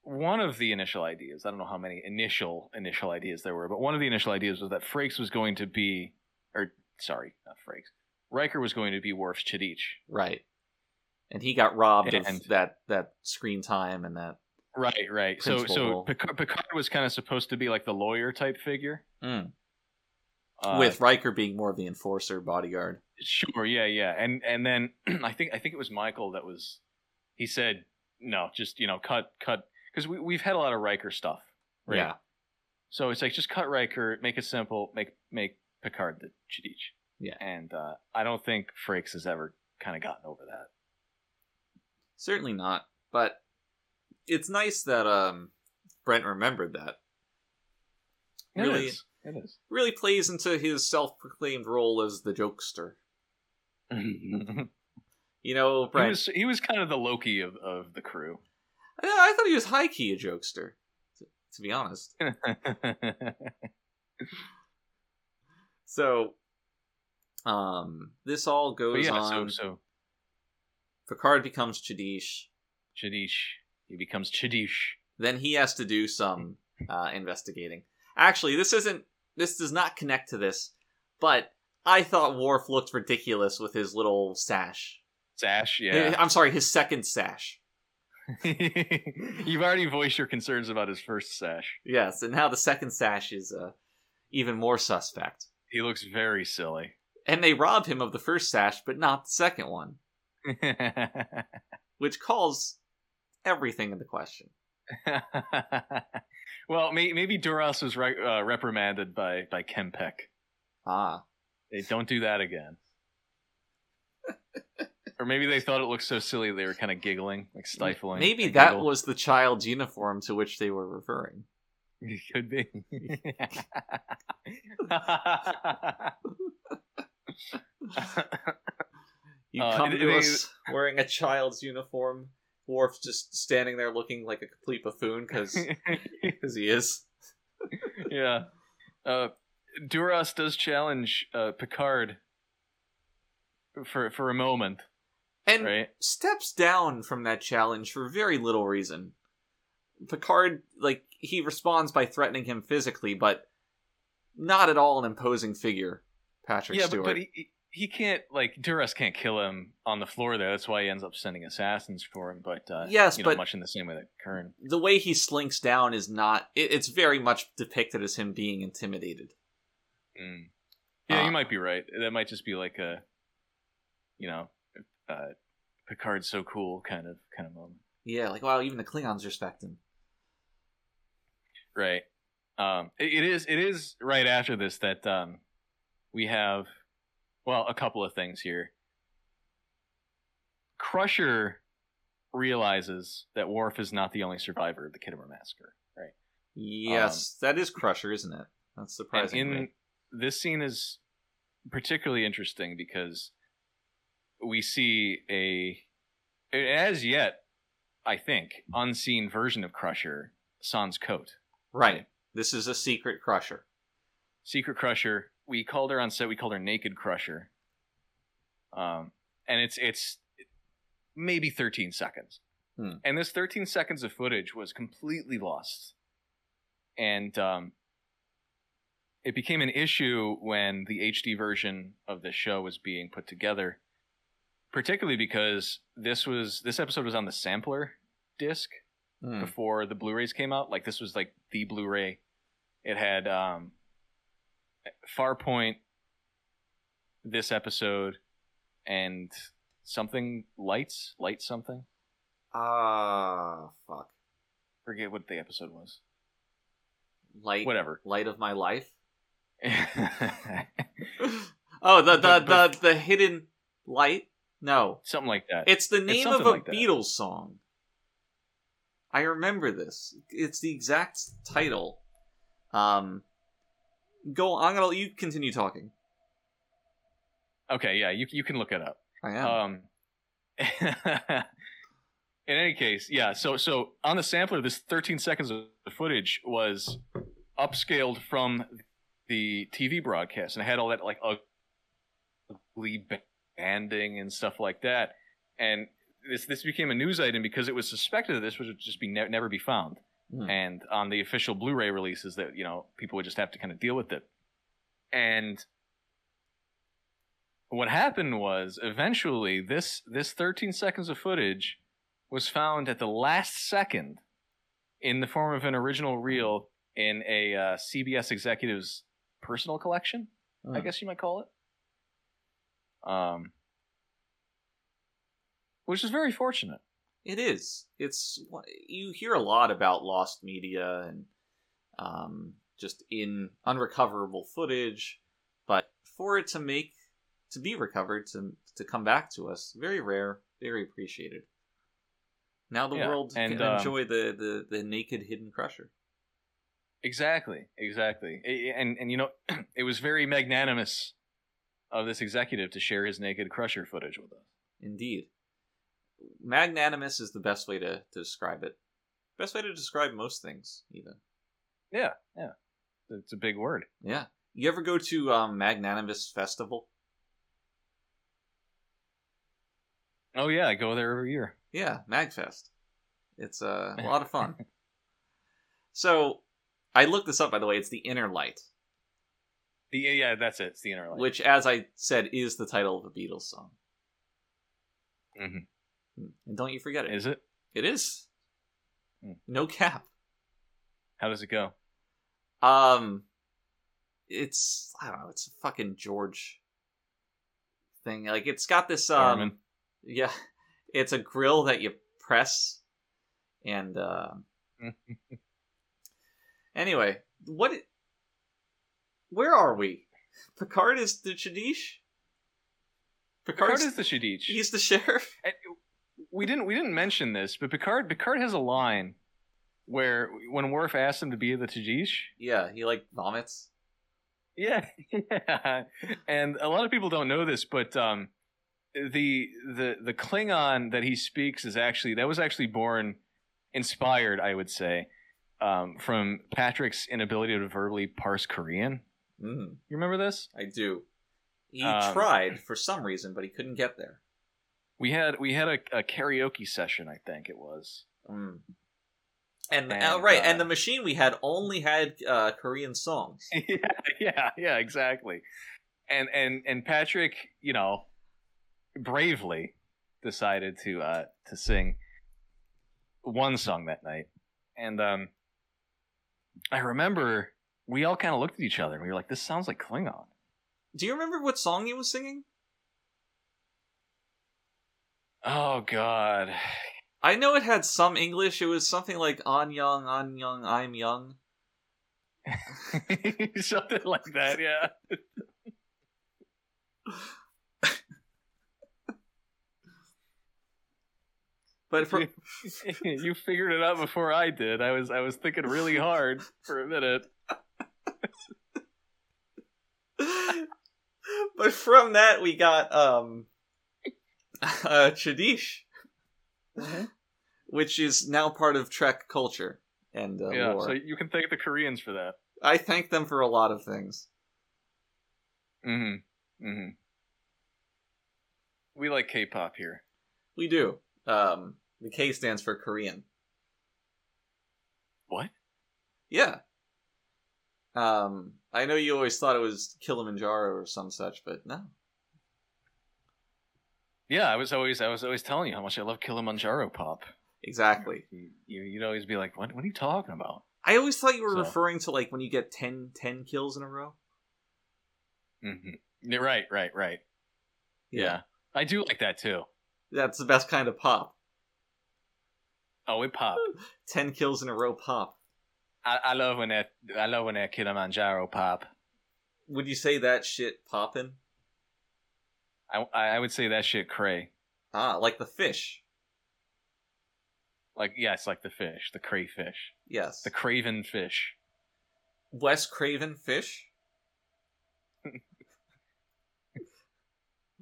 one of the initial ideas, I don't know how many initial initial ideas there were, but one of the initial ideas was that Frakes was going to be, or sorry, not Frakes, Riker was going to be Worf's Chidich. Right. And he got robbed And- of that that screen time and that Right, right. So, Principal so role. Picard, Picard was kind of supposed to be like the lawyer type figure. Mm. Uh, with Riker being more of the enforcer bodyguard. Sure, yeah, yeah, and and then I think I think it was Michael that was. He said, "No, just you know, cut, cut," because we we've had a lot of Riker stuff, right? Yeah. So it's like just cut Riker, make it simple, make make Picard the Chidich. Yeah. and uh, I don't think Frakes has ever kind of gotten over that. Certainly not. But it's nice that um Brent remembered that. Really? It is. It is. Really plays into his self proclaimed role as the jokester. he You know, Brent was he was kind of the Loki of, of the crew. I, I thought he was high key a jokester, to, to be honest. So um this all But goes Oh, yeah, so on. so Picard becomes Chadish. Chidish. He becomes Chidish. then he has to do some uh, investigating. Actually, this isn't. This does not connect to this, but I thought Worf looked ridiculous with his little sash. Eh, Sash, yeah. I'm sorry, his second sash. You've already voiced your concerns about his first sash. Yes, and now the second sash is uh, even more suspect. He looks very silly. And they rob him of the first sash, but not the second one, which calls everything into question. well, may- maybe Duras was re- uh, reprimanded by by Kempek. Ah, They don't do that again. or maybe they thought it looked so silly they were kind of giggling, like stifling. maybe a that giggle. was the child's uniform to which they were referring. It could be. You Uh, come it- to they- us wearing a child's uniform. Worf just standing there looking like a complete buffoon because he is. yeah. Uh, Duras does challenge uh, Picard for for a moment, And right? steps down from that challenge for very little reason. Picard, like, he responds by threatening him physically, but not at all an imposing figure, Patrick yeah, Stewart. but, but he he can't like Duras can't kill him on the floor there. That's why he ends up sending assassins for him. But uh, Yes, you know, but- much in the same way that Kern. the way he slinks down is not. It, it's very much depicted as him being intimidated. Mm. Yeah, Uh, you might be right. That might just be like a, you know, uh, Picard's so cool kind of kind of moment. Yeah, like, wow, even the Klingons respect him. Right. Um, it, it is. It is right after this that um, we have, well, a couple of things here. Crusher realizes that Worf is not the only survivor of the Kittimer massacre. Right. Yes, that is Crusher, isn't it? That's And surprising. in this scene is particularly interesting because we see a as yet, I think, unseen version of Crusher, Sans coat. Right. This is a secret crusher. Secret Crusher. We called her on set. We called her Naked Crusher. Um, and it's it's maybe 13 seconds, Hmm. and this 13 seconds of footage was completely lost, and um, it became an issue when the HD version of the show was being put together, particularly because this was this episode was on the sampler disc, Hmm. before the Blu-rays came out. Like this was like the Blu-ray. It had um, Farpoint, this episode, and something lights, light something. Ah, fuck. Forget what the episode was. Light, Whatever. light of my life. something oh, the the, But- but- the the hidden light. No, like that. it's the name of something a like that. Beatles song. I remember this. It's the exact title. Um, go. I'm gonna. You continue talking. okay, yeah, you you can look it up. I am. Um, in any case, yeah. So so on the sampler, this 13 seconds of footage was upscaled from the TV broadcast, and it had all that like ugly banding and stuff like that. And this this became a news item because it was suspected that this would just be ne- never be found, Hmm. and on the official Blu-ray releases that you know people would just have to kind of deal with it, and what happened was eventually this this 13 seconds of footage was found at the last second in the form of an original reel in a uh, CBS executive's personal collection, I Hmm. guess you might call it. Um, which is very fortunate. It is. It's you hear a lot about lost media and um, just in unrecoverable footage, but for it to make to be recovered to to come back to us, very rare, very appreciated. Now the Yeah, world and, can um, enjoy the, the the naked hidden crusher. Exactly, exactly. I- I- And and you know, it was very magnanimous of this executive to share his naked crusher footage with us. Indeed. Magnanimous is the best way to, to describe it. Best way to describe most things, even. It's a big word. Yeah. You ever go to um, Magnanimous Festival? Oh yeah, I go there every year. Yeah, Magfest. It's uh, a lot of fun. so, I looked this up, by the way. It's The Inner Light, The, yeah, yeah, that's it. It's the inner light. which, as I said, is the title of a Beatles song. Mhm. Mm. And don't you forget it. is it? It is. Mm. No cap. How does it go? Um, it's I don't know. It's a fucking George thing. Like it's got this um, Garmin. yeah, it's a grill that you press, and uh, anyway, what? i- Where are we? Picard is the Chadish. Picard Picard's is the Shadich. he's the sheriff. And we didn't we didn't mention this, but Picard Picard has a line where when Worf asks him to be the Tajish. Yeah, he like vomits. Yeah, yeah. And a lot of people don't know this, but um, the the the Klingon that he speaks is actually that was actually born inspired, I would say, um, from Patrick's inability to verbally parse Korean. Mm, You remember this? I do. He Um, tried for some reason, but he couldn't get there. We had we had a, a karaoke session, I think it was. Mm. And, And, uh, right, and uh, the machine we had only had uh, Korean songs. yeah, yeah, yeah, exactly. And and and Patrick, you know, bravely decided to uh to sing one song that night. And um I remember we all kind of looked at each other and we were like, this sounds like Klingon. Do you remember what song he was singing? Oh god. I know it had some English. It was something like "On Young, On Young, I'm Young." Something like that, yeah. But for, you figured it out before I did. I was I was thinking really hard for a minute. but from that we got um, uh, Chadish, Mm-hmm. which is now part of Trek culture and uh, Yeah, lore. so you can thank the Koreans for that. I thank them for a lot of things. Mm-hmm. Mm-hmm. We like K-pop here. We do. Um, the K stands for Korean. What? Yeah. Um, I know you always thought it was Kilimanjaro or some such, but no. Yeah, I was always I was always telling you how much I love Kilimanjaro pop. Exactly. You, you you'd always be like, what What are you talking about? I always thought you were So- referring to like when you get 10, 10 kills in a row. Mm-hmm. Right, right, right. Yeah. I do like that too. That's the best kind of pop. Oh, it pop. 10 kills in a row pop. I, I love when that I love when that Kilimanjaro pop. Would you say that shit poppin'? I I I would say that shit cray. Ah, like the fish. Like yes, like the fish, the crayfish, Yes. the craven fish. Wes Craven fish?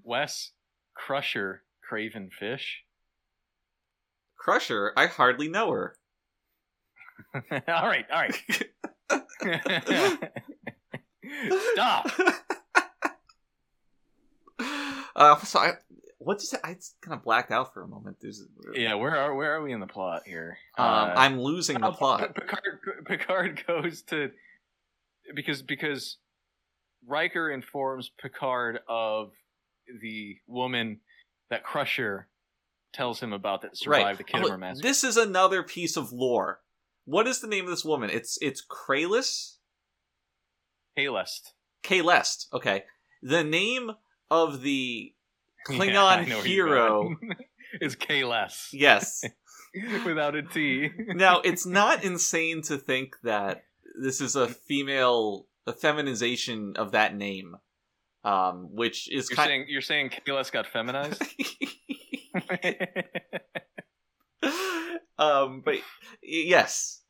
Wes Crusher Craven Fish. Crusher? I hardly know her. all right, all right. Stop. Uh, so I, what does I it's kind of blacked out for a moment. There's, Yeah, where are where are we in the plot here? um, Uh, I'm losing the Oh, plot. P- Picard Picard goes to because because Riker informs Picard of the woman that Crusher tells him about that survived right. the Oh, Kittimer massacre. this is another piece of lore. What is the name of this woman? It's it's Kralis Halest. K Lest. Okay, the name of the Yeah, Klingon I know where you're hero. going. is Kalas Yes. without a T. now it's not insane to think that this is a female a feminization of that name um which is You're kind saying you're saying Kalas got feminized. um but y- yes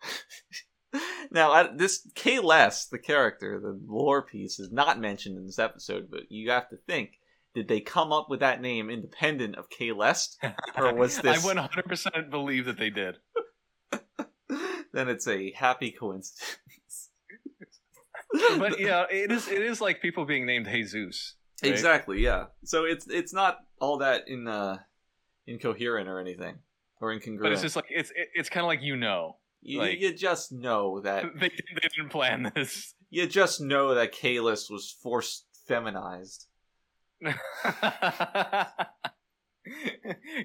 now I, this k less the character the lore piece is not mentioned in this episode but you have to think did they come up with that name independent of k less or was this I 100 percent believe that they did. then it's a happy coincidence But yeah, it is it is like people being named Jesus. right? Exactly. Yeah. So it's it's not all that in uh incoherent or anything or incongruent. But it's just like it's it, it's kind of like you know you, like- you just know that they, they didn't plan this. you just know that Kalis was forced feminized.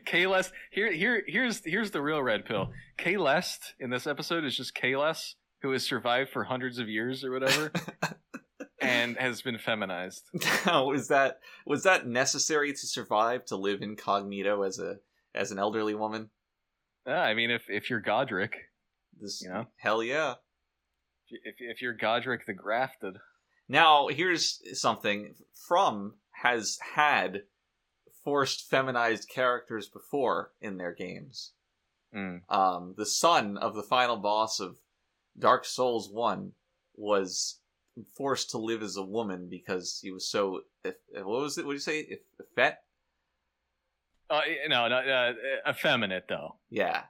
Kayless here here here's here's the real red pill. Kayless in this episode is just Kayless who has survived for hundreds of years or whatever and has been feminized. Now, is that was that necessary to survive to live incognito as a as an elderly woman? Yeah, I mean if if you're Godric, This you know, hell yeah. if if you're Godric the grafted, Now, here's something. From has had forced feminized characters before in their games. Mm. um, the son of the final boss of Dark Souls One was forced to live as a woman because he was so. If, what was it? What did you say? If, effete? Uh, no, not uh, effeminate though. Yeah,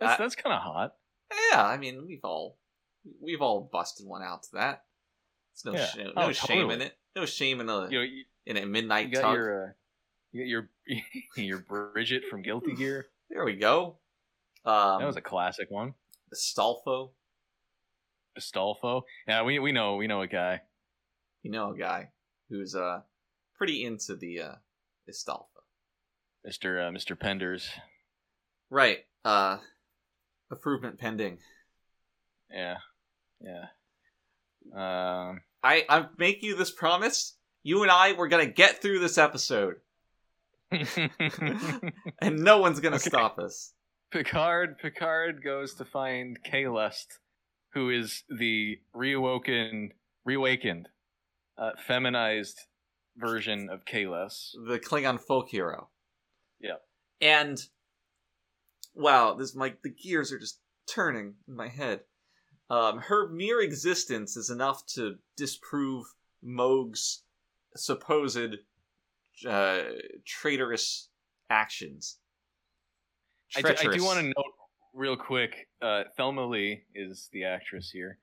That's, I- that's kind of hot. yeah. I mean, we've all we've all busted one out to that. It's no Yeah. sh- no Oh, shame in totally. it. No shame in a You know, you, in a you midnight got tug. your uh, you got your your Bridget from Guilty Gear. There we go. Um, That was a classic one. Astolfo. Astolfo. Yeah, we we know we know a guy. You know a guy who's uh pretty into the uh Astolfo. Mr. Uh, Mr. Penders. Right. Uh improvement pending. Yeah. Yeah. Um I I make you this promise. You and I we're going to get through this episode and no one's going to Okay. stop us. Picard Picard goes to find Kaylest, who is the reawoken reawakened uh, feminized version of Kayless. The Klingon folk hero. Yeah. And wow, this my the gears are just turning in my head. Um, her mere existence is enough to disprove Moog's supposed uh, traitorous actions. I do, I Treacherous. do want to note real quick. Uh, Thelma Lee is the actress here.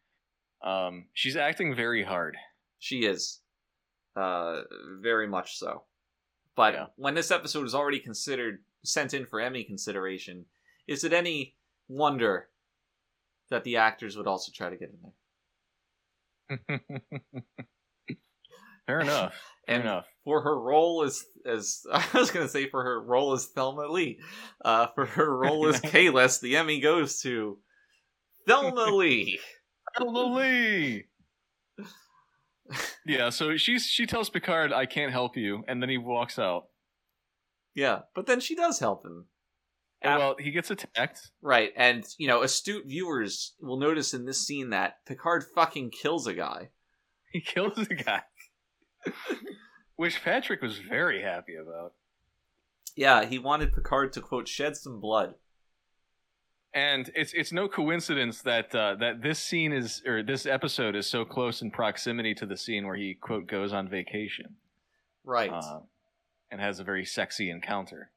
Um, she's acting very hard. She is. Uh, very much so. But Yeah. when this episode was already considered, sent in for Emmy consideration, is it any wonder that the actors would also try to get in there? Fair enough. Fair And enough. for her role as, as I was going to say, for her role as Thelma Lee, uh, for her role as Kalis, the Emmy goes to Thelma Lee. Thelma Lee. yeah. So she's she tells Picard, "I can't help you," and then he walks out. Yeah, but then she does help him. Ah. And, well, he gets attacked. Right, and you know, astute viewers will notice in this scene that Picard fucking kills a guy. He kills the guy, which Patrick was very happy about. Yeah, he wanted Picard to quote shed some blood. And it's it's no coincidence that uh, that this scene is or this episode is so close in proximity to the scene where he quote goes on vacation Right. uh, and has a very sexy encounter.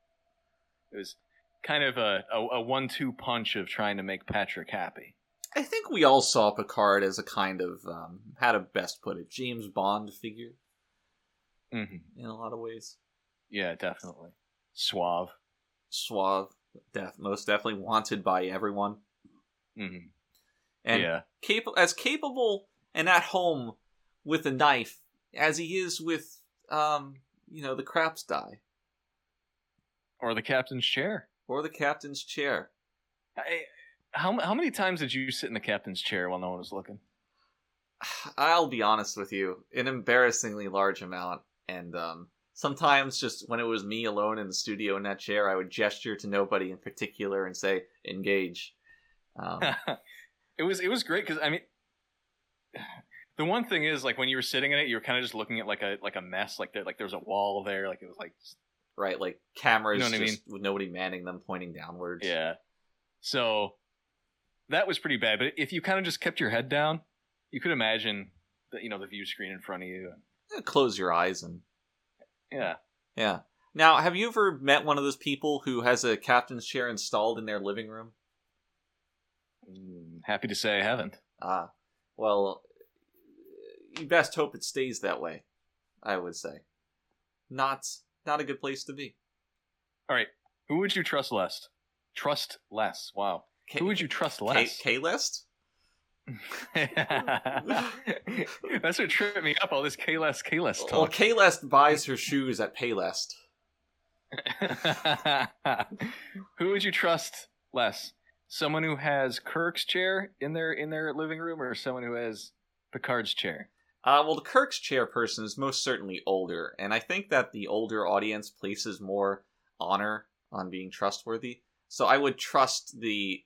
It was kind of a, a, a one-two punch of trying to make Patrick happy. I think we all saw Picard as a kind of um, how to best put it, James Bond figure. hmm in a lot of ways. Yeah, definitely. Suave. Suave, def- most definitely wanted by everyone, hmm and yeah. cap- as capable and at home with a knife as he is with, um, you know, the craps die Or the captain's chair. or the captain's chair. I, how how many times did you sit in the captain's chair while no one was looking? I'll be honest with you, an embarrassingly large amount, and um, sometimes just when it was me alone in the studio in that chair, I would gesture to nobody in particular and say engage. Um, it was it was great because I mean, the one thing is like when you were sitting in it, you were kind of just looking at like a like a mess, like there like there was a wall there, like it was like right, like cameras You know what I just with nobody manning them, pointing downwards. yeah. So that was pretty bad. But if you kind of just kept your head down, you could imagine that you know the view screen in front of you. Eh, close your eyes and Yeah, yeah. Now, have you ever met one of those people who has a captain's chair installed in their living room? Mm, happy to say I haven't. Ah, well, you best hope it stays that way. I would say, not not a good place to be. Who would you trust less? Trust less. Wow. Who would you trust less? K list? That's what tripped me up. All this K less, K less Well, talk. K list buys her shoes at Paylest. who would you trust less? Someone who has Kirk's chair in their in their living room, or someone who has Picard's chair? Uh, well, the Kirk's chairperson is most certainly older, and I think that the older audience places more honor on being trustworthy. So I would trust the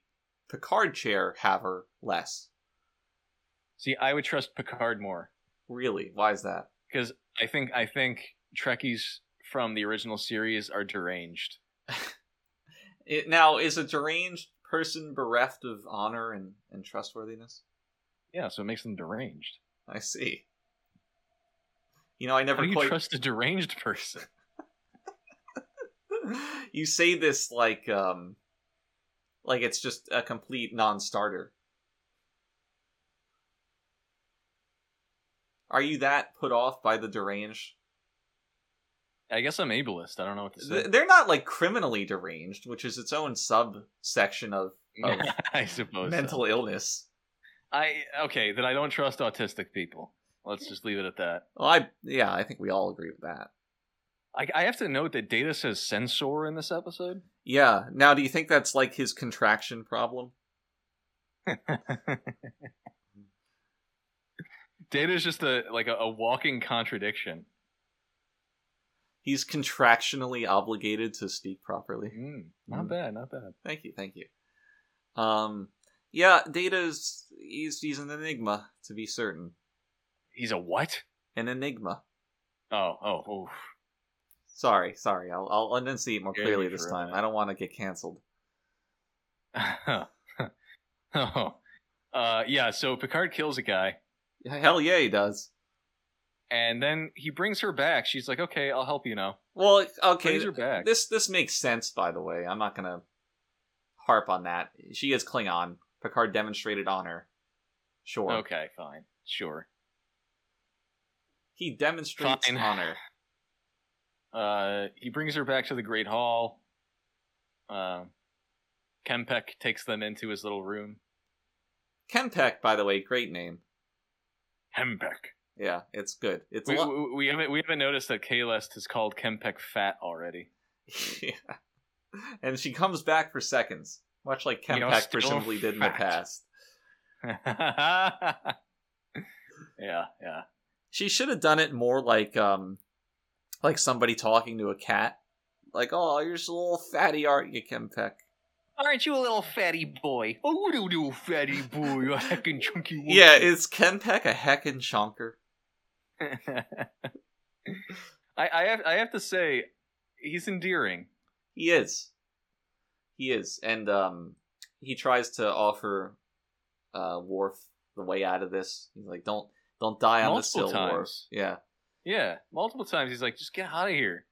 Picard chair haver less. See, I would trust Picard more Really? Why is that? because I think I think Trekkies from the original series are deranged. It, now, is a deranged person bereft of honor and, and trustworthiness? Yeah, so it makes them deranged. I see. You know, I How never do you quite. trust a deranged person? you say this like um like it's just a complete non-starter are you that put off by the deranged I guess I'm ableist. I don't know what to say. Th- they're not like criminally deranged which is its own subsection of, of Oh, I suppose. so. mental illness I okay. Then I don't trust autistic people. Let's just leave it at that. well, i yeah i think we all agree with that I, I have to note that Data says censor in this episode. yeah now do you think that's like his contraction problem Data is just a like a, a walking contradiction. he's contractionally obligated to speak properly Mm, not Mm. bad. Not bad. Thank you, thank you. Um, yeah, Data's he's he's an enigma to be certain, He's a what? an enigma. Oh oh oh. Sorry, sorry. I'll I'll enunciate more Yeah, clearly you this threw time. it. I don't want to get canceled. oh. Uh, yeah. So Picard kills a guy, Hell yeah, he does. and then he brings her back. She's like, "Okay, I'll help you now." Well, okay. Brings her Oh, back. This this makes sense, by the way. I'm not gonna harp on that. She is Klingon. Picard demonstrated honor. Sure, Okay, fine, sure. he demonstrates Fine. honor. Uh, he brings her back to the Great Hall. Uh, Kempek takes them into his little room. Kempek, by the way, great name. Kempek. Yeah, it's good. It's We, lo- we, we haven't we haven't noticed that Kalest has called Kempek fat already. yeah. And she comes back for seconds, much like You know, Kempek still presumably did in the fat. past. yeah, yeah. She should have done it more like um like somebody talking to a cat. Like, oh, you're just a little fatty, aren't you, Kempek? Aren't you a little fatty boy? Oh, what a little fatty boy, you heckin' chunky one. Yeah, is Kempek a heckin' chonker? I, I have I have to say, he's endearing. He is. He is. And um he tries to offer uh Worf the way out of this. He's like, Don't don't die on the Multiple sill, Worf. times. Yeah. Yeah, multiple times he's like, just get out of here.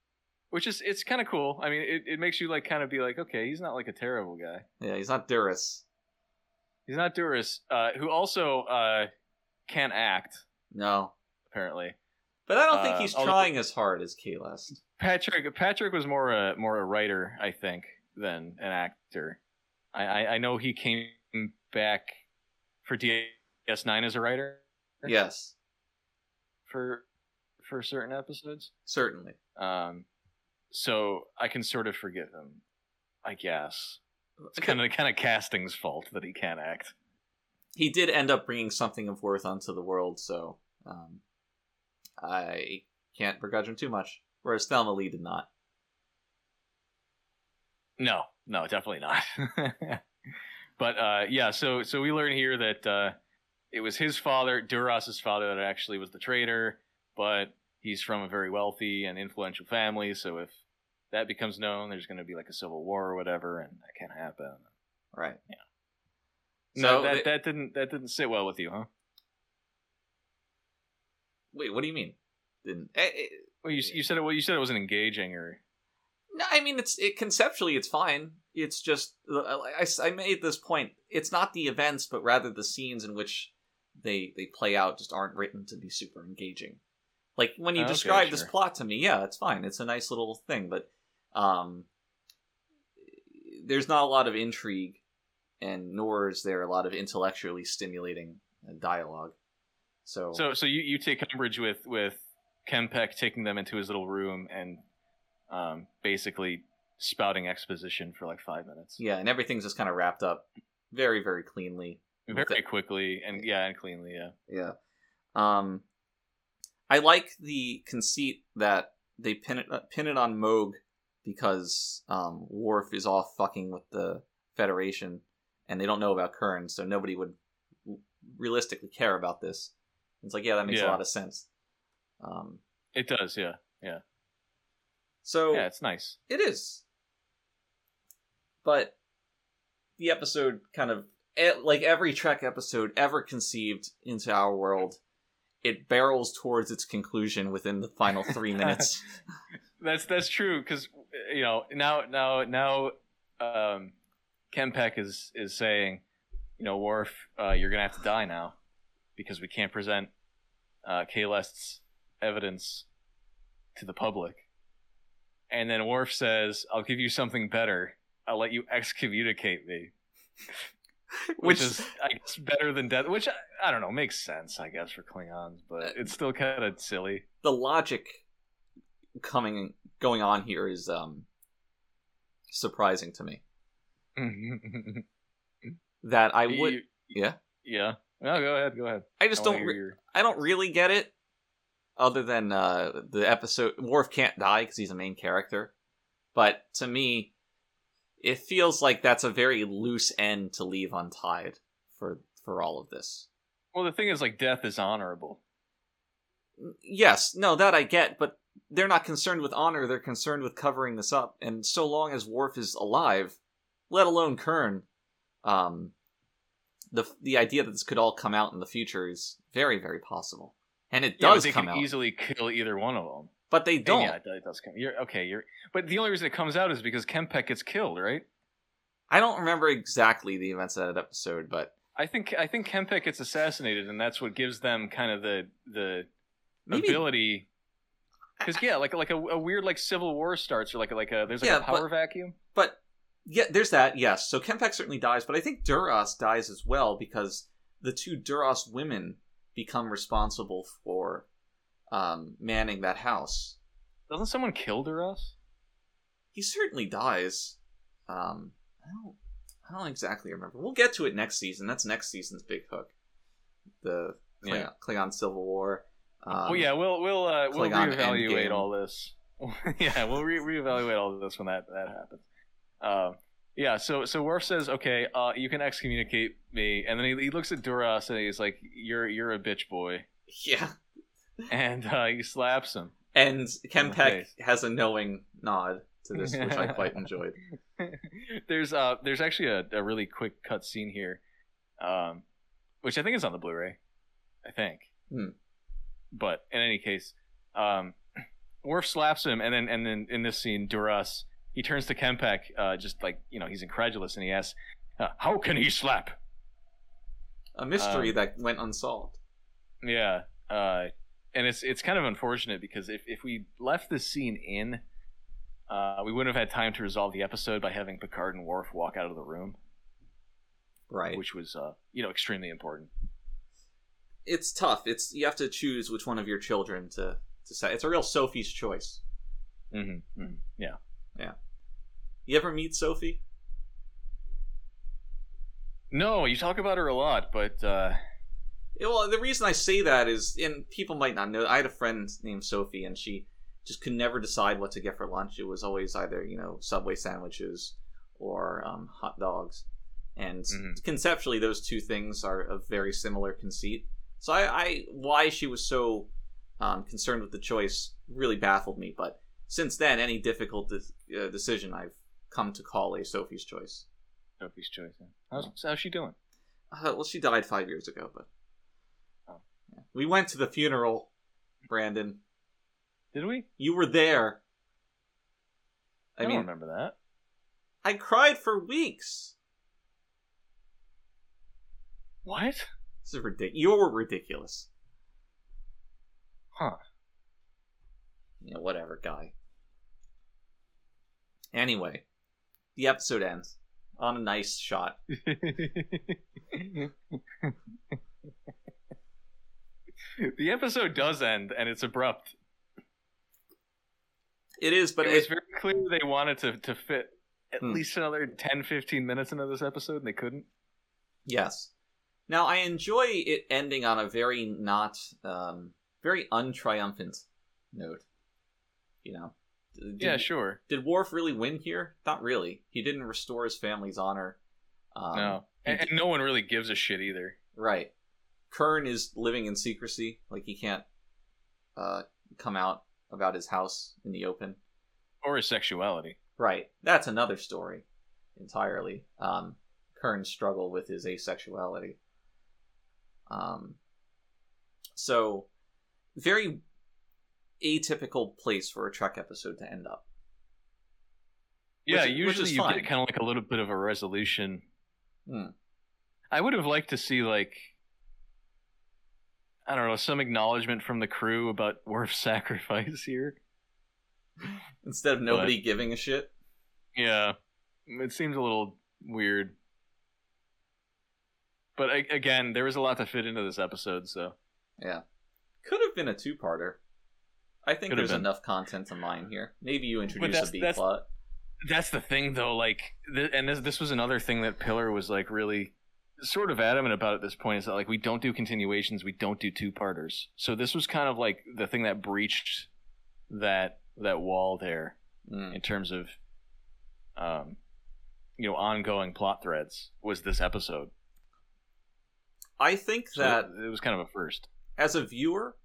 Which is it's kind of cool. I mean, it, it makes you like kind of be like, okay, he's not like a terrible guy. Yeah, he's not Duras. He's not Duris, uh, who also uh, can't act No. apparently. But I don't think Uh, he's although- trying as hard as Kalest. Patrick Patrick was more a more a writer, I think, than an actor. I I, I know he came back for DS9 as a writer Yes, for for certain episodes. certainly. Um, so I can sort of forgive him, I guess. It's kind of kind of casting's fault that he can't act. he did end up bringing something of worth onto the world, so um, I can't begrudge him too much. Whereas Thelma Lee did not. No, no, definitely not. but uh, yeah, so so we learn here that uh, it was his father, Duras's father, that actually was the traitor. But he's from a very wealthy and influential family, so if that becomes known, there's going to be like a civil war or whatever, and that can't happen. Right. Yeah. no, So that, they- that didn't that didn't sit well with you, huh? wait, what do you mean? Didn't eh, eh, Well, you, you said it. Well, you said it wasn't engaging, or No, I mean it's it conceptually it's fine. It's just I, I- I made this point. It's not the events, but rather the scenes in which they they play out just aren't written to be super engaging. Like when you Okay, describe this sure. plot to me, yeah, it's fine. It's a nice little thing, but um, there's not a lot of intrigue, and nor is there a lot of intellectually stimulating uh, dialogue. So, so so you you take umbrage with with Kempek taking them into his little room and um, basically spouting exposition for like five minutes. yeah, and everything's just kind of wrapped up very very cleanly. very Okay. quickly and yeah and cleanly yeah Yeah. Um, I like the conceit that they pin it uh, pin it on Moog because um, Worf is off fucking with the Federation, and they don't know about Kern, so nobody would realistically care about this. It's like, yeah, that makes a Yeah. lot of sense. Um, it does yeah yeah so yeah it's nice it is, but the episode kind of eh, like every Trek episode ever conceived into our world, it barrels towards its conclusion within the final three minutes. that's that's true because you know now now now um Kempek is is saying you know Worf uh, you're gonna have to die now because we can't present uh Kalest's evidence to the public and then Worf says I'll give you something better I'll let you excommunicate me which, Which- is I guess better than death. Which I, I don't know makes sense I guess for Klingons, but it's still kind of silly. the logic coming going on here is um surprising to me. That I would, You- yeah. yeah. No, go ahead, go ahead. I just I wanna don't, hear re- your- I don't really get it. Other than uh, the episode, Worf can't die because he's a main character. But to me, it feels like that's a very loose end to leave untied for for all of this. Well, the thing is, like, death is honorable. Yes, no, that I get, but they're not concerned with honor, they're concerned with covering this up. And so long as Worf is alive, let alone Kern, um, the the idea that this could all come out in the future is very, very possible. And it Yeah, but does they come can out, easily kill either one of them. but they don't. Yeah, it, it does come. You're okay. You're, but the only reason it comes out is because Kempek gets killed, right? I don't remember exactly the events of that episode, but I think I think Kempek gets assassinated, and that's what gives them kind of the the Maybe- ability. Because yeah, like like a, a weird like civil war starts, or like a- like a there's like Yeah, a but- power vacuum. but yeah, there's that. Yes, so Kempek certainly dies, but I think Duras dies as well because the two Duras women become responsible for um, manning that house. Doesn't someone kill Duras? He certainly dies. Um, I don't, I don't exactly remember. We'll get to it next season. That's next season's big hook, the Klingon, Yeah. Klingon Civil War. Um, well, yeah, we'll we'll uh, we'll Klingon reevaluate Endgame. all this. yeah, we'll re- reevaluate all this when that that happens. Um, yeah, so so Worf says, "Okay, uh, you can excommunicate me," and then he, he looks at Duras and he's like, "You're you're a bitch boy," yeah. and uh, he slaps him. And Kempek Okay. has a knowing nod to this, which I quite enjoyed. there's uh there's actually a, a really quick cut scene here, um, which I think is on the Blu-ray, I think. Hmm. But in any case, um, Worf slaps him, and then and then in this scene, Duras he turns to Kempek, uh, just like you know he's incredulous, and he asks, uh, "How can he slap?" A mystery Um, that went unsolved. Yeah. Uh, and it's it's kind of unfortunate because if, if we left this scene in, uh, we wouldn't have had time to resolve the episode by having Picard and Worf walk out of the room, Right. which was uh, you know extremely important. It's tough. It's you have to choose which one of your children to to say. It's a real Sophie's choice. Mm-hmm. Yeah, You ever meet Sophie? no, you talk about her a lot, but uh, Yeah, Well, the reason I say that is, and people might not know, I had a friend named Sophie, and she just could never decide what to get for lunch. It was always either, you know, Subway sandwiches or um, hot dogs. And Mhm. conceptually, those two things are of very similar conceit. So I, I why she was so um, concerned with the choice really baffled me. But since then, any difficult de- uh, decision I've come to call a Sophie's choice. Sophie's choice. yeah. How's, how's she doing? Uh, well, she died five years ago, but Oh. Yeah. we went to the funeral. Brandon, Did we? you were there. I I, don't mean, remember that. I cried for weeks. What? This is ridiculous. You're ridiculous. Huh. Yeah, whatever, guy. Anyway, the episode ends on a nice shot. the episode does end, and it's abrupt. It is, but But it was it, very clear they wanted to, to fit at Hmm. least another 10, 15 minutes into this episode, and they couldn't. Yes. Now I enjoy it ending on a very not um very untriumphant note. You know. D- Did, yeah, sure. Did Worf really win here? Not really. He didn't restore his family's honor. Um, no. he And, and no one really gives a shit either. Right. Kern is living in secrecy. Like he can't uh come out about his house in the open. Or his sexuality. Right. That's another story entirely. Um, Kern's struggle with his asexuality. Um, so, very atypical place for a Trek episode to end up. Which Yeah, is- which usually is you fine. get kind of like a little bit of a resolution. Hmm. I would have liked to see like I don't know some acknowledgement from the crew about Worf's sacrifice here. Instead of nobody giving a shit. Yeah, it seems a little weird. But a- again, there was a lot to fit into this episode, so Could have been a two parter. I think Could have there's been. enough content to mine here. Maybe you introduce that's- a B that's- plot. that's the thing, though. Like, th- and this this was another thing that Pillar was like really sort of adamant about at this point is that like we don't do continuations, we don't do two parters. So this was kind of like the thing that breached that that wall there. Mm. in terms of um you know ongoing plot threads was this episode I think so that it was kind of a first as a viewer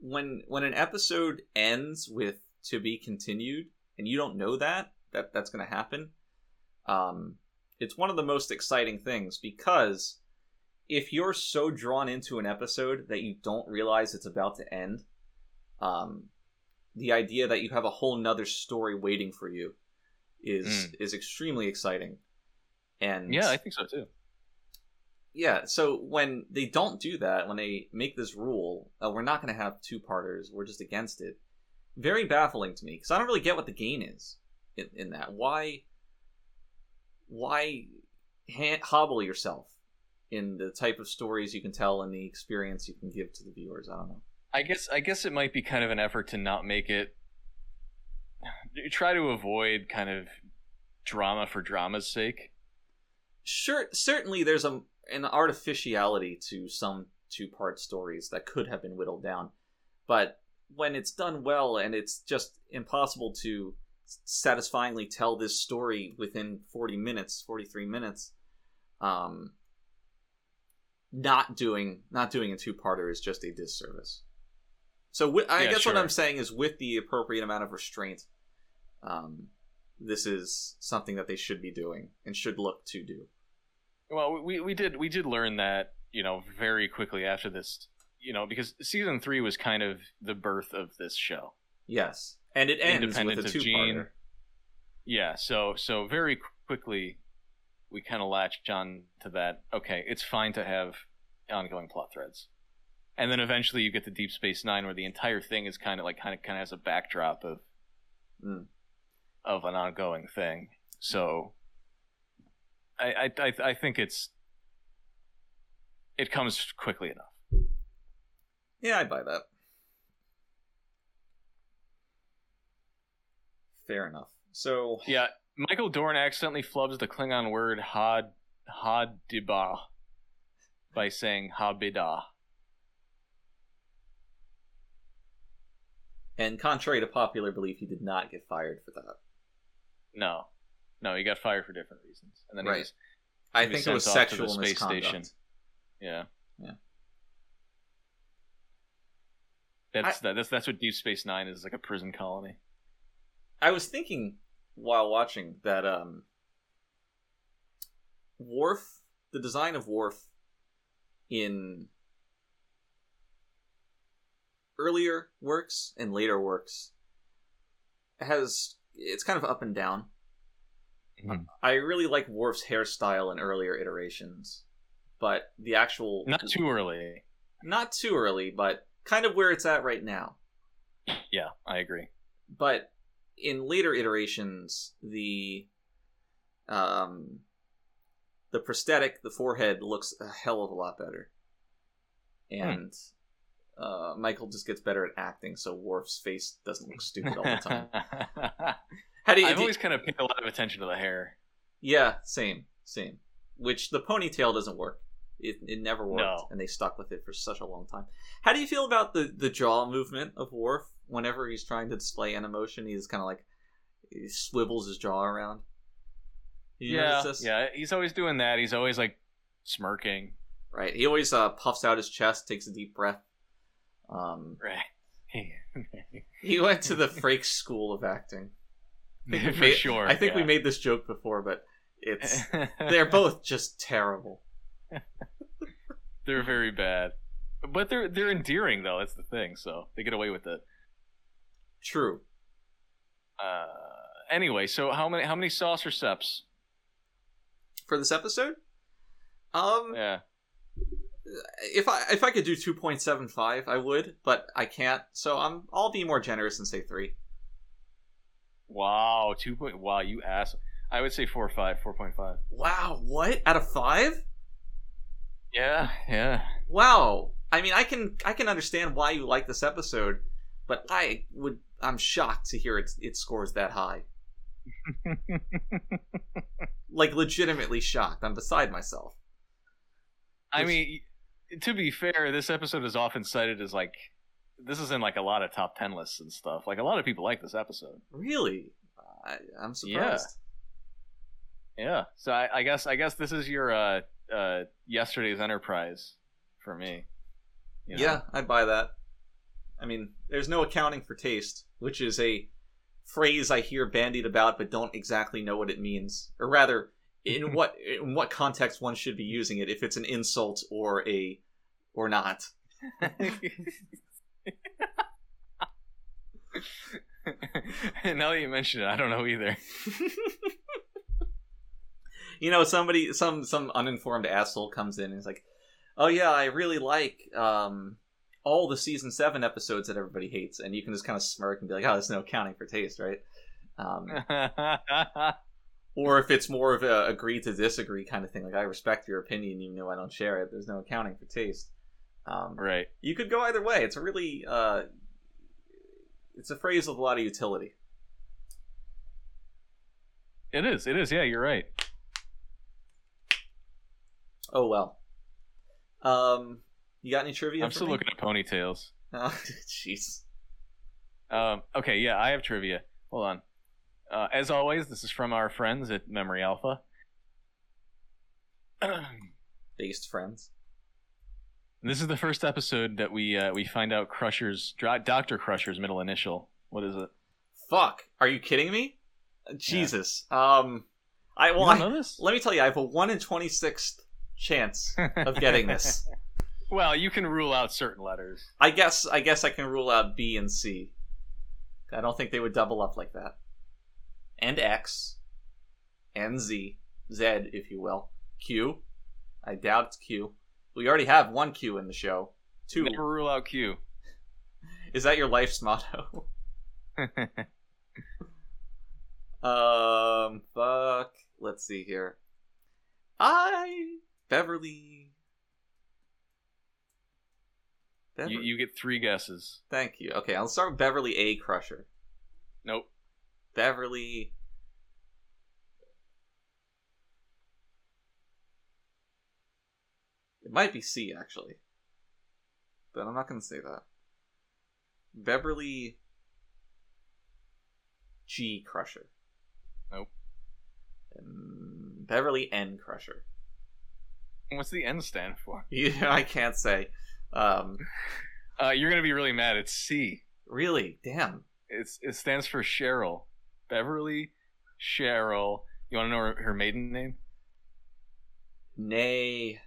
when when an episode ends with to be continued and you don't know that that that's going to happen um it's one of the most exciting things because if you're so drawn into an episode that you don't realize it's about to end um the idea that you have a whole nother story waiting for you is is extremely exciting and Hmm. yeah i think so too yeah so when they don't do that when they make this rule uh, we're not going to have two parters we're just against it very baffling to me because i don't really get what the gain is in, in that why why ha- hobble yourself in the type of stories you can tell and the experience you can give to the viewers i don't know i guess i guess it might be kind of an effort to not make it try to avoid kind of drama for drama's sake sure certainly there's a an artificiality to some two part stories that could have been whittled down but when it's done well and it's just impossible to s- satisfyingly tell this story within 40 minutes 43 minutes um not doing not doing a two parter is just a disservice so wi- i Yeah, guess what sure. i'm saying is with the appropriate amount of restraint um this is something that they should be doing and should look to do well we we did we did learn that you know very quickly after this you know because season three was kind of the birth of this show Yes, and it ends with Independent a of two-parter. Gene. Yeah, so so very quickly we kind of latched on to that. Okay, it's fine to have ongoing plot threads. and then eventually you get to Deep Space Nine, where the entire thing is kind of like kind of kind of has a backdrop of Hmm. Mm. of an ongoing thing. So I I I, I think it's it comes quickly enough. Yeah, I buy that. Fair enough. So Yeah, Michael Dorn accidentally flubs the Klingon word had hadibah by saying habida. and contrary to popular belief, he did not get fired for that. No, no, he got fired for different reasons, and then Right. he was, I He think was it was sent off to sexual the space misconduct. station. yeah, Yeah. That's that, that's that's what Deep Space Nine is like a prison colony. I was thinking while watching that um Worf, the design of Worf in earlier works and later works has it's kind of up and down. Mhm. I really like Worf's hairstyle in earlier iterations, but the actual Not too early. not too early, but kind of where it's at right now Yeah, I agree. but in later iterations the um the prosthetic the forehead looks a hell of a lot better Hmm. and uh michael just gets better at acting so Worf's face doesn't look stupid all the time how do you, I've do you- always kind of paid a lot of attention to the hair. yeah same same which the ponytail doesn't work it, it never worked No. and they stuck with it for such a long time how do you feel about the the jaw movement of Worf whenever he's trying to display an emotion he's kind of like he swivels his jaw around You yeah, notice this? yeah. He's always doing that. He's always like smirking. right he always uh, puffs out his chest takes a deep breath um Right. he went to the frake school of acting think we For made- sure. i think we yeah. made this joke before but it's they're both just terrible they're very bad, but they're they're endearing though. That's the thing. So they get away with it. true Uh, anyway, so how many how many saucer steps? for this episode um Yeah. if I if I could do two point seven five, I would, but I can't. So I'm I'll be more generous and say three. Wow. Two point. Wow. You ass. I would say four or five. Four point five. Wow, what out of five? Yeah. Yeah. Wow. I mean, I can I can understand why you like this episode, but I would I'm shocked to hear it it scores that high. Like legitimately shocked. I'm beside myself. I It's- mean, to be fair, this episode is often cited as like this is in like a lot of top ten lists and stuff. Like a lot of people like this episode. Really, I, I'm Yeah. surprised. Yeah. So I, I guess I guess this is your uh, uh, yesterday's Enterprise for me. you know? Yeah, I buy that. I mean, there's no accounting for taste, which is a phrase I hear bandied about but don't exactly know what it means. Or rather, in what in what context one should be using it if it's an insult or a or not. now that you mention it, I don't know either. you know, somebody some some uninformed asshole comes in and is like, "Oh yeah, I really like um all the season 7 episodes that everybody hates." And you can just kind of smirk and be like, "Oh, there's no accounting for taste, right?" Um or if it's more of a agree to disagree kind of thing like i respect your opinion even though i don't share it there's no accounting for taste um, right. you could go either way it's a really uh, it's a phrase with a lot of utility It is. It is. Yeah, you're right. oh well um, you got any trivia I'm for still me? looking at ponytails. Oh, jeez Um, okay, yeah, I have trivia. Hold on. Uh, as always, this is from our friends at Memory Alpha. based friends this is the first episode that we uh, we find out Crusher's Doctor Crusher's middle initial. What is it? fuck are you kidding me Uh, jesus um i You well don't I, know this? let me tell you i have a 1 in 26th chance of getting this well, you can rule out certain letters. I guess I guess I can rule out B and C. I don't think they would double up like that. And X, and Z, Z if you will. Q, I doubt it's Q. We already have one Q in the show, Two. Never rule out Q. Is that your life's motto? um, fuck. Let's see here. I Beverly. Beverly. you, you get three guesses. Thank you. Okay, I'll start with Beverly A. Crusher. Nope. Beverly. It might be C actually, but I'm not gonna say that. Beverly G Crusher. Nope. Mm, Beverly N Crusher. What's the N stand for? Yeah, I can't say. Um, Uh, you're gonna be really mad. It's C. really, damn. It's it stands for Cheryl, Beverly Cheryl. You want to know her, her maiden name? Nay,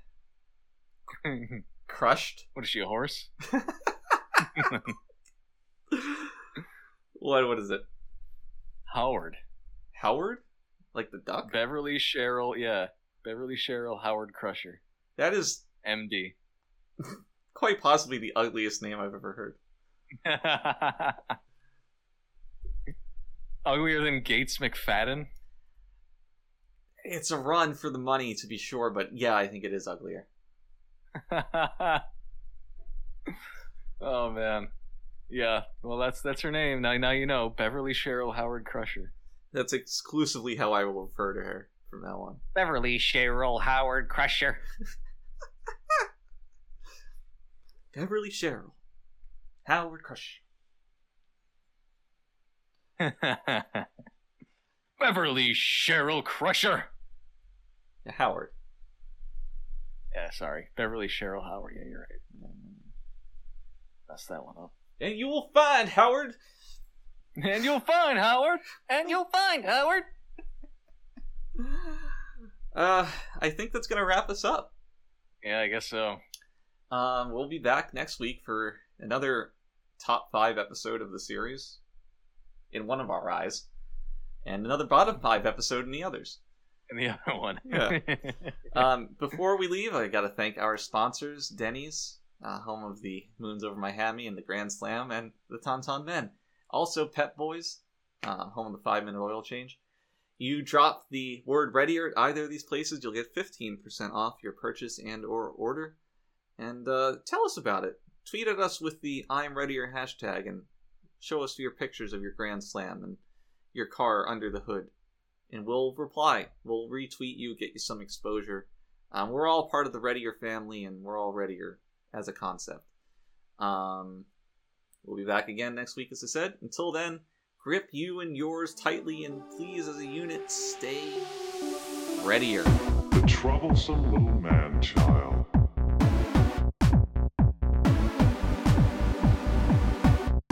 crushed. what is she? A horse? what? What is it? Howard. Howard? Like the duck? Beverly Cheryl. Yeah, Beverly Cheryl Howard Crusher, That is M.D. quite possibly the ugliest name I've ever heard. Uglier than Gates McFadden. It's a run for the money to be sure, but yeah, I think it is uglier. oh man. Yeah, well that's that's her name. Now now you know. Beverly Cheryl Howard Crusher. That's exclusively how I will refer to her from now on. Beverly Cheryl Howard Crusher. Beverly Cheryl. Howard Crush. Beverly Cheryl Crusher. Yeah, Howard. Yeah, sorry. Beverly Cheryl Howard. Yeah, you're right. That's that one up. And you will find Howard. And you'll find Howard. And you'll find Howard. Uh, I think that's going to wrap us up. Yeah, I guess so. Um, we'll be back next week for another top five episode of the series in one of our eyes, and another bottom five episode in the others. And the other one. Yeah. Um, before we leave, I got to thank our sponsors, Denny's, uh, home of the Moons Over Miami and the Grand Slam, and the Tauntaun Men. Also, Pet Boys, uh, home of the five minute oil change. You drop the word readier at either of these places, you'll get 15% off your purchase and or order. And uh, tell us about it. Tweet at us with the I'm Readier hashtag and show us your pictures of your Grand Slam and your car under the hood and we'll reply. We'll retweet you, get you some exposure. Um, we're all part of the Readier family, and we're all Readier as a concept. Um, we'll be back again next week, as I said. Until then, grip you and yours tightly, and please, as a unit, stay Readier. The troublesome little man child.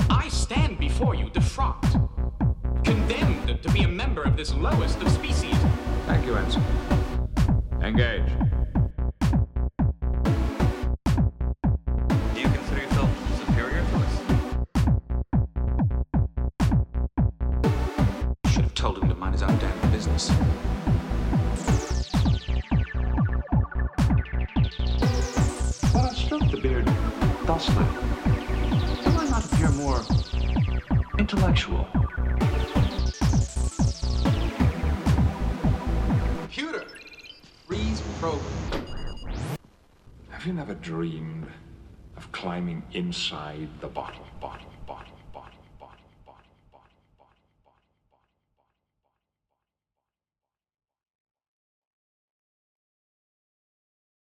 I stand before you defrocked, condemned to be a member of this lowest of species. Thank you, Ensign. Engage. Do you consider yourself superior to us? Should have told him to mind his own damn business. But I stroked the beard docilely. Do I not appear more intellectual? Computer, freeze program. Have you never dreamed of climbing inside the bottle, bottle?